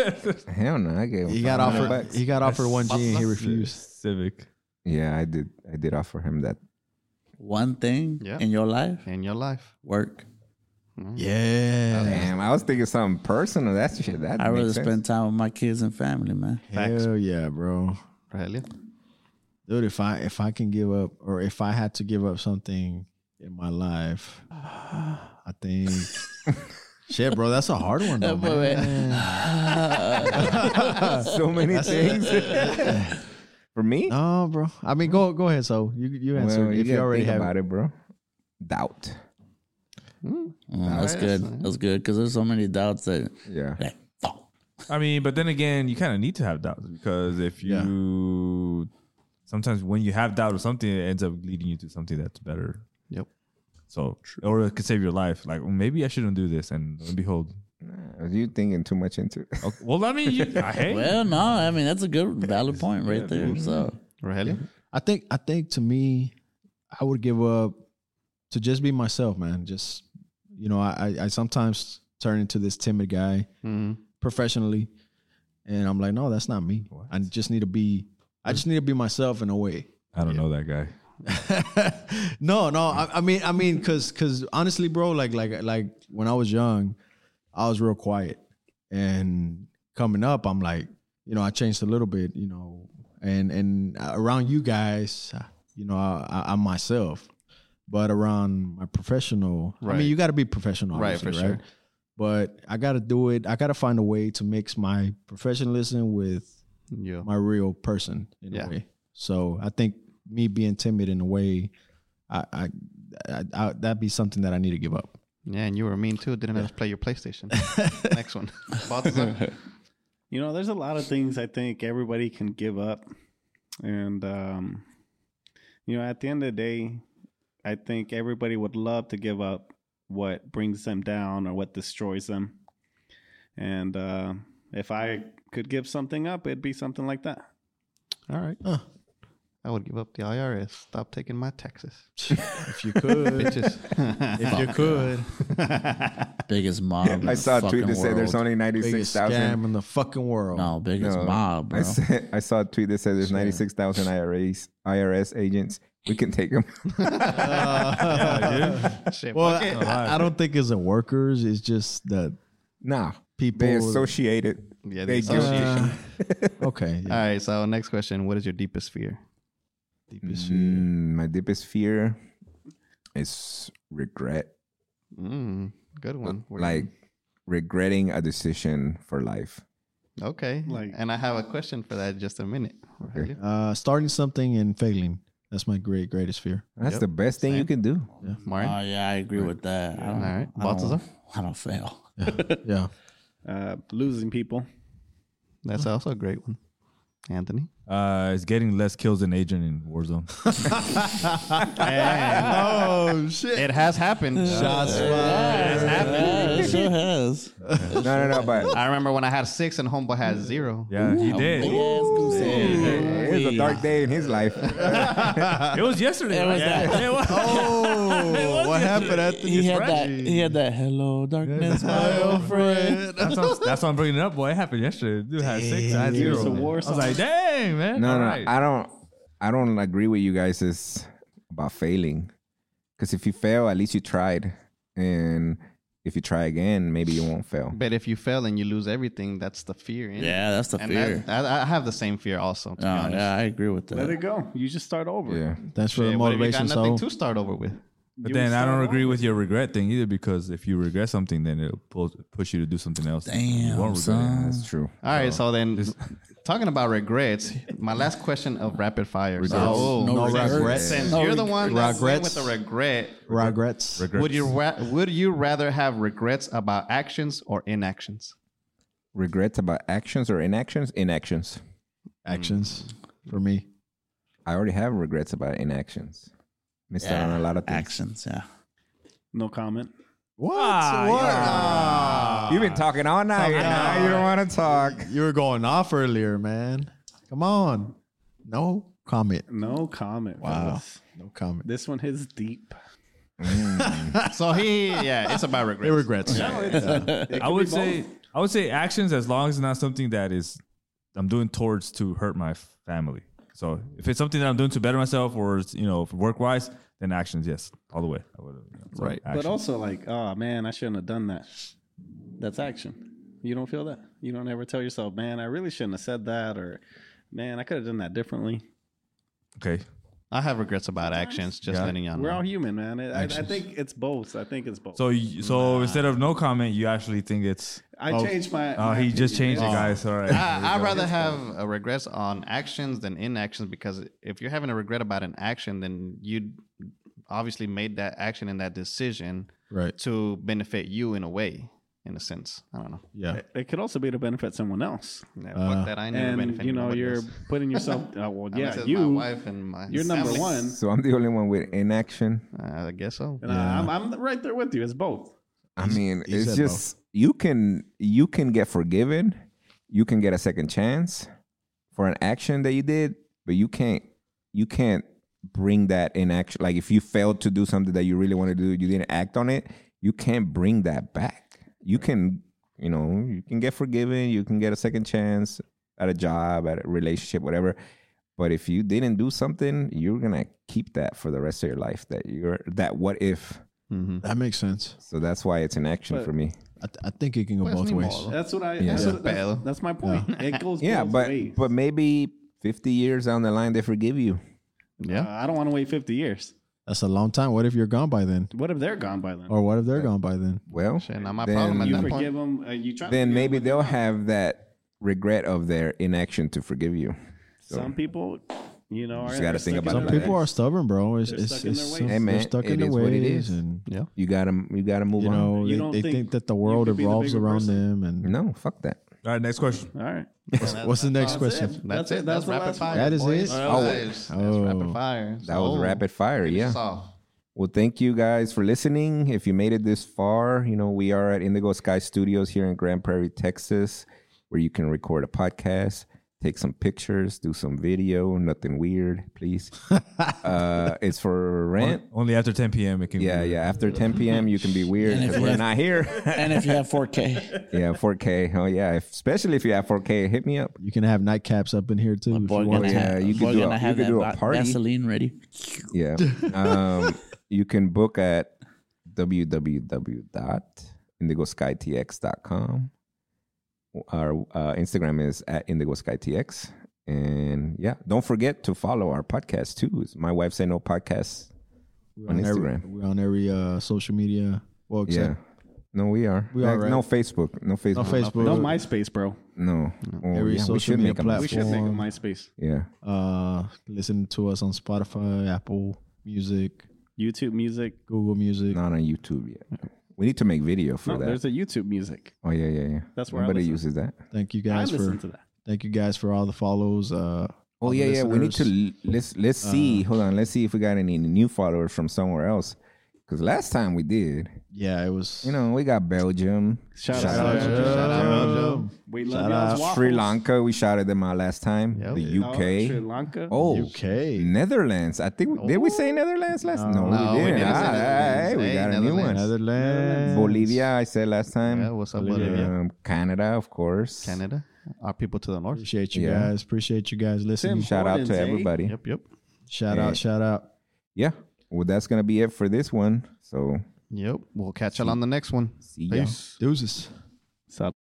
Speaker 2: Hell no, I gave him.
Speaker 3: He
Speaker 2: 500
Speaker 3: got offered.
Speaker 2: bucks.
Speaker 3: He got offered one G and he refused.
Speaker 1: Civic.
Speaker 2: Yeah, I did. I did offer him that.
Speaker 6: One thing
Speaker 5: Yeah.
Speaker 6: in your life,
Speaker 5: In your life.
Speaker 6: work.
Speaker 5: Mm.
Speaker 3: Yeah.
Speaker 2: Damn, I was thinking something personal. That's shit. That
Speaker 6: I
Speaker 2: makes
Speaker 6: rather
Speaker 2: sense.
Speaker 6: spend time with my kids and family, man.
Speaker 5: Facts.
Speaker 3: Hell yeah, bro.
Speaker 5: Really?
Speaker 3: Dude, if I if I can give up or if I had to give up something in my life, I think shit, bro, that's a hard one though. man.
Speaker 2: so many things. For me,
Speaker 3: No, bro. I mean go go ahead, so you you
Speaker 2: well,
Speaker 3: answer it
Speaker 2: you
Speaker 3: if you
Speaker 2: gotta
Speaker 3: already
Speaker 2: think
Speaker 3: have
Speaker 2: about it, bro. Doubt.
Speaker 6: Mm, that's good. That's good because there's so many doubts that
Speaker 2: Yeah.
Speaker 6: like, fuck.
Speaker 1: I mean, but then again, you kind of need to have doubts because if you sometimes when you have doubt of something, it ends up leading you to something that's better.
Speaker 5: Yep.
Speaker 1: So, or it could save your life. Like, well, maybe I shouldn't do this, and lo and behold,
Speaker 2: You thinking too much into it.
Speaker 1: okay. well, I mean, you, I hate.
Speaker 6: Well, no, I mean that's a good valid point right there. So
Speaker 5: Really?
Speaker 3: I think I think to me, I would give up to just be myself, man. Just you know, I I, I sometimes turn into this timid guy
Speaker 5: Mm,
Speaker 3: professionally, and I'm like, no, that's not me. I just need to be. I just need to be myself in a way.
Speaker 1: I don't know that guy.
Speaker 3: no, no. I, I mean, I mean, cause, cause honestly, bro, like, like, like when I was young, I was real quiet, and coming up, I'm like, you know, I changed a little bit, you know, and and around you guys, you know, I, I, I'm myself, but around my professional, I
Speaker 5: Right.
Speaker 3: mean, you got to be professional,
Speaker 5: Right,
Speaker 3: obviously,
Speaker 5: for
Speaker 3: right?
Speaker 5: sure.
Speaker 3: But I got to do it. I got to find a way to mix my professionalism with
Speaker 5: Yeah.
Speaker 3: my real person in
Speaker 5: Yeah.
Speaker 3: a way. So I think me being timid in a way, I, I, I, I that'd be something that I need to give up.
Speaker 5: Yeah, and you were mean too. Didn't let us play your PlayStation. next one. Balthazar.
Speaker 4: You know, there's a lot of things I think everybody can give up. And, um, you know, at the end of the day, I think everybody would love to give up what brings them down or what destroys them. And uh, if I could give something up, it'd be something like that.
Speaker 5: All right. I would give up the IRS. Stop taking my taxes.
Speaker 3: If you could,
Speaker 5: Bitches.
Speaker 3: if you could,
Speaker 6: Biggest mob. in
Speaker 2: I
Speaker 6: the
Speaker 2: saw a tweet
Speaker 6: fucking
Speaker 2: that said there's
Speaker 6: world.
Speaker 2: only
Speaker 3: biggest
Speaker 2: 96,000
Speaker 3: scam in the fucking world.
Speaker 6: no biggest
Speaker 2: No,
Speaker 6: mob, bro.
Speaker 2: I, said, I saw a tweet that said there's 96,000 IRS, IRS agents. We can take them.
Speaker 5: Shit,
Speaker 3: Well,
Speaker 5: fuck it.
Speaker 3: I, I don't think it's the workers. It's just the
Speaker 2: Nah.
Speaker 3: people.
Speaker 2: They associated.
Speaker 5: yeah, the
Speaker 2: They guilty.
Speaker 5: association.
Speaker 3: okay.
Speaker 5: All right. So next question: What is your deepest fear?
Speaker 3: Deepest fear.
Speaker 2: Mm, my deepest fear is regret.
Speaker 5: Mm, good one. We're-
Speaker 2: Like regretting a decision for life.
Speaker 5: okay.
Speaker 4: Like-
Speaker 5: and I have a question for that in just a minute.
Speaker 2: Okay.
Speaker 3: Uh, starting something and failing. That's my great greatest fear.
Speaker 2: That's
Speaker 5: Yep.
Speaker 2: the best thing you
Speaker 5: Same.
Speaker 2: can do.
Speaker 5: Martin.
Speaker 6: Oh yeah, I agree with that. I don't,
Speaker 5: All right.
Speaker 6: I don't,
Speaker 5: Baltazar?
Speaker 6: I don't fail.
Speaker 3: Yeah.
Speaker 4: Uh, losing people.
Speaker 5: That's also a great one. Anthony.
Speaker 1: Uh, it's getting less kills than Adrian in Warzone.
Speaker 5: oh shit! It has happened.
Speaker 3: Shots
Speaker 6: Yeah, it sure has.
Speaker 2: No, no, no. But
Speaker 5: I remember when I had six and Homeboy had zero.
Speaker 1: Yeah, he did.
Speaker 6: Big ass goose egg.
Speaker 2: it was a dark day in his life.
Speaker 1: It was yesterday.
Speaker 6: It was
Speaker 1: yeah.
Speaker 6: that-
Speaker 1: It was.
Speaker 3: Oh, what happened at the
Speaker 6: He had that. He had that. Hello, darkness, my old friend.
Speaker 1: That's why, I'm, that's why I'm bringing it up, boy. It happened yesterday. Dude had six, I had
Speaker 4: It
Speaker 1: zero.
Speaker 4: was a
Speaker 1: I
Speaker 4: war
Speaker 1: was
Speaker 4: song.
Speaker 1: like, dang, man.
Speaker 2: No,
Speaker 1: All
Speaker 2: no,
Speaker 1: right.
Speaker 2: I don't. I don't agree with you guys is about failing, because if you fail, at least you tried, and if you try again, maybe you won't fail.
Speaker 5: But if you fail and you lose everything, that's the fear. In it.
Speaker 6: Yeah, that's the
Speaker 5: And
Speaker 6: fear.
Speaker 5: that- I, I have the same fear also. To be
Speaker 6: Oh,
Speaker 5: honest.
Speaker 6: yeah, I agree with that.
Speaker 4: Let it go. You just start over.
Speaker 2: Yeah,
Speaker 3: That's for
Speaker 5: Shit,
Speaker 3: the
Speaker 5: what if you got
Speaker 3: motivation.
Speaker 5: nothing
Speaker 3: So
Speaker 5: to start over with.
Speaker 1: But
Speaker 4: You
Speaker 1: then I
Speaker 4: start
Speaker 1: don't
Speaker 4: over.
Speaker 1: agree with your regret thing either because if you regret something, then it'll pull, push you to do something else. you
Speaker 6: Damn,
Speaker 1: won't regret
Speaker 6: son.
Speaker 2: that's true.
Speaker 5: All right, so then talking about regrets, my last question of rapid fire. So, oh,
Speaker 6: No
Speaker 5: since-
Speaker 6: regrets.
Speaker 5: Since
Speaker 6: No
Speaker 5: you're the one that's in
Speaker 3: regrets.
Speaker 5: with the regret,
Speaker 3: regrets.
Speaker 1: it. Regrets.
Speaker 5: would you ra- would you rather have regrets about actions or inactions?
Speaker 2: Regrets about actions or inactions? Inactions.
Speaker 3: actions for me.
Speaker 2: I already have regrets about inactions. Missed out on a lot of things.
Speaker 6: actions. Yeah.
Speaker 4: No comment.
Speaker 3: What?
Speaker 5: Ah.
Speaker 2: You've been talking all night. and now you don't want to talk.
Speaker 3: You were going off earlier, man. Come on. No comment.
Speaker 4: No comment.
Speaker 3: Wow.
Speaker 4: fellas.
Speaker 3: No comment.
Speaker 4: This one hits deep.
Speaker 5: So he, yeah, it's about regrets.
Speaker 3: It regrets.
Speaker 1: I would say I would say actions as long as it's not something that is I'm doing towards to hurt my family. So if it's something that I'm doing to better myself or it's, you know work wise, then actions yes all the way. I would, you know, so
Speaker 5: Right.
Speaker 1: actions.
Speaker 4: But also, like, oh man, I shouldn't have done that. That's action. You don't feel that? You don't ever tell yourself, man, I really shouldn't have said that, or man, I could have done that differently.
Speaker 1: okay.
Speaker 5: I have regrets about actions. Just
Speaker 1: Yeah.
Speaker 5: letting y'all
Speaker 4: We're all
Speaker 5: know.
Speaker 4: human, man. I- I, I think it's both. I think it's both.
Speaker 1: So you, so instead of no comment, you actually think it's
Speaker 4: I changed my.
Speaker 1: oh
Speaker 4: my
Speaker 1: he just
Speaker 4: opinion.
Speaker 1: changed it, guys. All right.
Speaker 5: I, I'd rather have a regrets on actions than inactions because if you're having a regret about an action, then you obviously made that action and that decision
Speaker 3: Right.
Speaker 5: to benefit you in a way, in a sense. I don't know.
Speaker 3: Yeah.
Speaker 4: It could also be to benefit someone else,
Speaker 5: Yeah,
Speaker 3: Uh,
Speaker 5: fuck that. I ain't never
Speaker 4: and
Speaker 5: benefited
Speaker 4: you know
Speaker 5: nobody
Speaker 4: you're
Speaker 5: else.
Speaker 4: putting yourself. Uh, well,
Speaker 5: Unless
Speaker 4: yeah,
Speaker 5: it's
Speaker 4: you.
Speaker 5: my wife and my
Speaker 4: You're number
Speaker 5: family.
Speaker 4: one.
Speaker 2: So I'm the only one with inaction.
Speaker 5: Uh, I guess so.
Speaker 4: And I, I'm, I'm right there with you. It's both.
Speaker 2: I mean,
Speaker 3: he
Speaker 2: it's
Speaker 3: said both.
Speaker 2: just you can you can get forgiven, you can get a second chance for an action that you did, but you can't you can't bring that in action. Like if you failed to do something that you really want to do, you didn't act on it, you can't bring that back. You can you know you can get forgiven, you can get a second chance at a job, at a relationship, whatever. But if you didn't do something, you're gonna keep that for the rest of your life. That you're that what if.
Speaker 5: Mm-hmm.
Speaker 3: That makes sense.
Speaker 2: So that's why it's an action
Speaker 4: But-
Speaker 2: for me.
Speaker 3: I, th- I think it can go
Speaker 5: Pues
Speaker 3: both
Speaker 5: ni
Speaker 3: ways.
Speaker 5: modo.
Speaker 4: That's what I.
Speaker 2: Yeah.
Speaker 4: That's,
Speaker 5: Yeah.
Speaker 4: what- that's, that's my point. It goes.
Speaker 2: Yeah,
Speaker 4: both
Speaker 2: but
Speaker 4: ways.
Speaker 2: but maybe fifty years down the line they forgive you.
Speaker 5: Yeah.
Speaker 4: Uh, I don't want to wait 50 years.
Speaker 3: That's a long time. What if you're gone by then?
Speaker 4: What if they're gone by then?
Speaker 3: Or what if they're gone by then?
Speaker 2: Well,
Speaker 5: Shit, not my
Speaker 2: then,
Speaker 5: problem at
Speaker 4: you
Speaker 5: that point.
Speaker 4: forgive them. Uh, you try. to
Speaker 2: then
Speaker 4: forgive
Speaker 2: maybe
Speaker 4: 'em, but
Speaker 2: they'll have that regret of their inaction to forgive you. So
Speaker 4: Some people, you know, are
Speaker 2: Just gotta
Speaker 4: they're
Speaker 2: think
Speaker 4: stuck in
Speaker 2: about
Speaker 3: Some
Speaker 2: it.
Speaker 4: their
Speaker 3: people
Speaker 4: ways.
Speaker 3: are stubborn, bro. It's,
Speaker 4: They're
Speaker 3: it's,
Speaker 4: stuck in their
Speaker 3: it's-
Speaker 4: ways.
Speaker 2: Hey,
Speaker 3: they're
Speaker 2: man,
Speaker 3: stuck
Speaker 2: it
Speaker 3: in their
Speaker 2: is what it is.
Speaker 3: ways, and
Speaker 5: Yeah.
Speaker 2: you gotta you gotta move
Speaker 3: you know
Speaker 2: on.
Speaker 4: You
Speaker 3: they-
Speaker 4: don't
Speaker 3: they,
Speaker 4: think
Speaker 3: think that the
Speaker 4: you
Speaker 3: world
Speaker 4: could be the
Speaker 3: revolves
Speaker 4: bigger
Speaker 3: around
Speaker 4: person?
Speaker 3: them, and
Speaker 2: No, fuck that.
Speaker 1: All right, next question.
Speaker 4: All right.
Speaker 3: What's the next
Speaker 4: That's
Speaker 3: question?
Speaker 4: it. That's it. That's,
Speaker 5: rapid
Speaker 4: rapid
Speaker 5: fire.
Speaker 3: That is
Speaker 5: boys.
Speaker 3: it?
Speaker 5: That
Speaker 3: Oh.
Speaker 5: was- That's
Speaker 3: Oh.
Speaker 5: rapid fire.
Speaker 2: That was
Speaker 5: So,
Speaker 2: rapid fire.
Speaker 5: finish
Speaker 2: Yeah.
Speaker 5: us off.
Speaker 2: Well, thank you guys for listening. If you made it this far, you know, we are at Indigo Sky Studios here in Grand Prairie, Texas, where you can record a podcast, take some pictures, do some video, nothing weird, please. uh, it's for rent.
Speaker 1: Only after 10 p.m. It can be-
Speaker 2: Yeah, yeah. After 10 p.m., you can be weird
Speaker 6: And if
Speaker 2: because
Speaker 6: you
Speaker 2: we're
Speaker 6: have-
Speaker 2: not here.
Speaker 6: And if you have 4K,
Speaker 2: yeah, 4K. Oh, yeah. If, especially if you have 4K, hit me up.
Speaker 3: You can have nightcaps up in here too.
Speaker 6: my
Speaker 3: if you
Speaker 6: boy
Speaker 3: want.
Speaker 6: gonna
Speaker 2: yeah,
Speaker 6: have,
Speaker 2: you
Speaker 6: my
Speaker 2: could
Speaker 6: boy
Speaker 2: do a-
Speaker 6: gonna
Speaker 2: you
Speaker 6: have
Speaker 2: could
Speaker 6: that
Speaker 2: do a
Speaker 6: va-
Speaker 2: party.
Speaker 6: Vaseline ready.
Speaker 2: Yeah. Um, you can book at www.indigoskytx.com. Our uh, Instagram is at indigoskytx. And yeah, don't forget to follow our podcast too. It's my wife say no podcast.
Speaker 3: We're
Speaker 2: on
Speaker 3: every-
Speaker 2: Instagram.
Speaker 3: we're on every uh, social media. Well, except
Speaker 2: Yeah. No, we are.
Speaker 3: We are, right?
Speaker 2: No Facebook. No Facebook.
Speaker 3: on Facebook.
Speaker 4: No MySpace, bro.
Speaker 2: No. Oh,
Speaker 3: Every
Speaker 2: we
Speaker 3: social
Speaker 2: should
Speaker 3: media
Speaker 2: make a
Speaker 4: We
Speaker 3: platform.
Speaker 4: should
Speaker 2: mistake.
Speaker 4: make a
Speaker 3: Um,
Speaker 4: MySpace.
Speaker 2: Yeah.
Speaker 3: uh, listen to us on Spotify, Apple Music,
Speaker 4: YouTube music.
Speaker 3: Google Music.
Speaker 2: Not on YouTube yet. We need to make video for
Speaker 4: No,
Speaker 2: that.
Speaker 4: there's a YouTube music.
Speaker 2: Oh yeah, yeah, yeah.
Speaker 4: That's where I
Speaker 2: nobody
Speaker 4: listen.
Speaker 2: uses that.
Speaker 3: Thank you
Speaker 4: I
Speaker 3: guys for
Speaker 4: listen to that.
Speaker 3: thank you guys for all the follows. Uh,
Speaker 2: Oh
Speaker 3: all the
Speaker 2: yeah, yeah. We need to
Speaker 3: listeners.
Speaker 2: l- let's let's see. Hold on, let's see if we got any new followers from somewhere else. Because last time we did,
Speaker 3: Yeah, it was
Speaker 2: you know, we got Belgium,
Speaker 4: Shout,
Speaker 2: Shout
Speaker 4: out,
Speaker 2: out,
Speaker 4: Belgium.
Speaker 2: Belgium.
Speaker 4: Shout out,
Speaker 2: Belgium.
Speaker 4: Belgium. We love
Speaker 3: Shout
Speaker 4: y'all's
Speaker 3: out
Speaker 4: waffles.
Speaker 2: Sri Lanka. We shouted them out last time.
Speaker 5: Yeah.
Speaker 2: The
Speaker 4: Oh, Sri
Speaker 2: UK.
Speaker 4: Lanka.
Speaker 2: Oh,
Speaker 3: UK.
Speaker 2: Netherlands. I think we, did we say Netherlands last? No,
Speaker 5: No,
Speaker 2: we
Speaker 5: Oh, we
Speaker 2: didn't.
Speaker 5: didn't say
Speaker 2: Ah,
Speaker 5: Netherlands.
Speaker 2: hey, we
Speaker 5: Hey,
Speaker 2: got a new one.
Speaker 5: Netherlands.
Speaker 3: Netherlands,
Speaker 2: Bolivia. I said last time.
Speaker 5: Yeah, what's up,
Speaker 3: Bolivia.
Speaker 5: Bolivia?
Speaker 2: Um, Canada, of course.
Speaker 5: Canada. Our people to the north.
Speaker 3: Appreciate you
Speaker 2: Yeah.
Speaker 3: guys. Appreciate you guys listening.
Speaker 4: Tim.
Speaker 2: Shout out
Speaker 4: Jordan's,
Speaker 2: to
Speaker 4: eh?
Speaker 2: everybody.
Speaker 5: Yep, yep,
Speaker 3: Shout
Speaker 2: Yeah.
Speaker 3: out, shout out.
Speaker 2: Yeah. Well, that's gonna be it for this one. So
Speaker 5: yep. We'll catch y'all on the next one.
Speaker 2: see ya.
Speaker 5: Peace.
Speaker 3: Deuces.
Speaker 4: Shout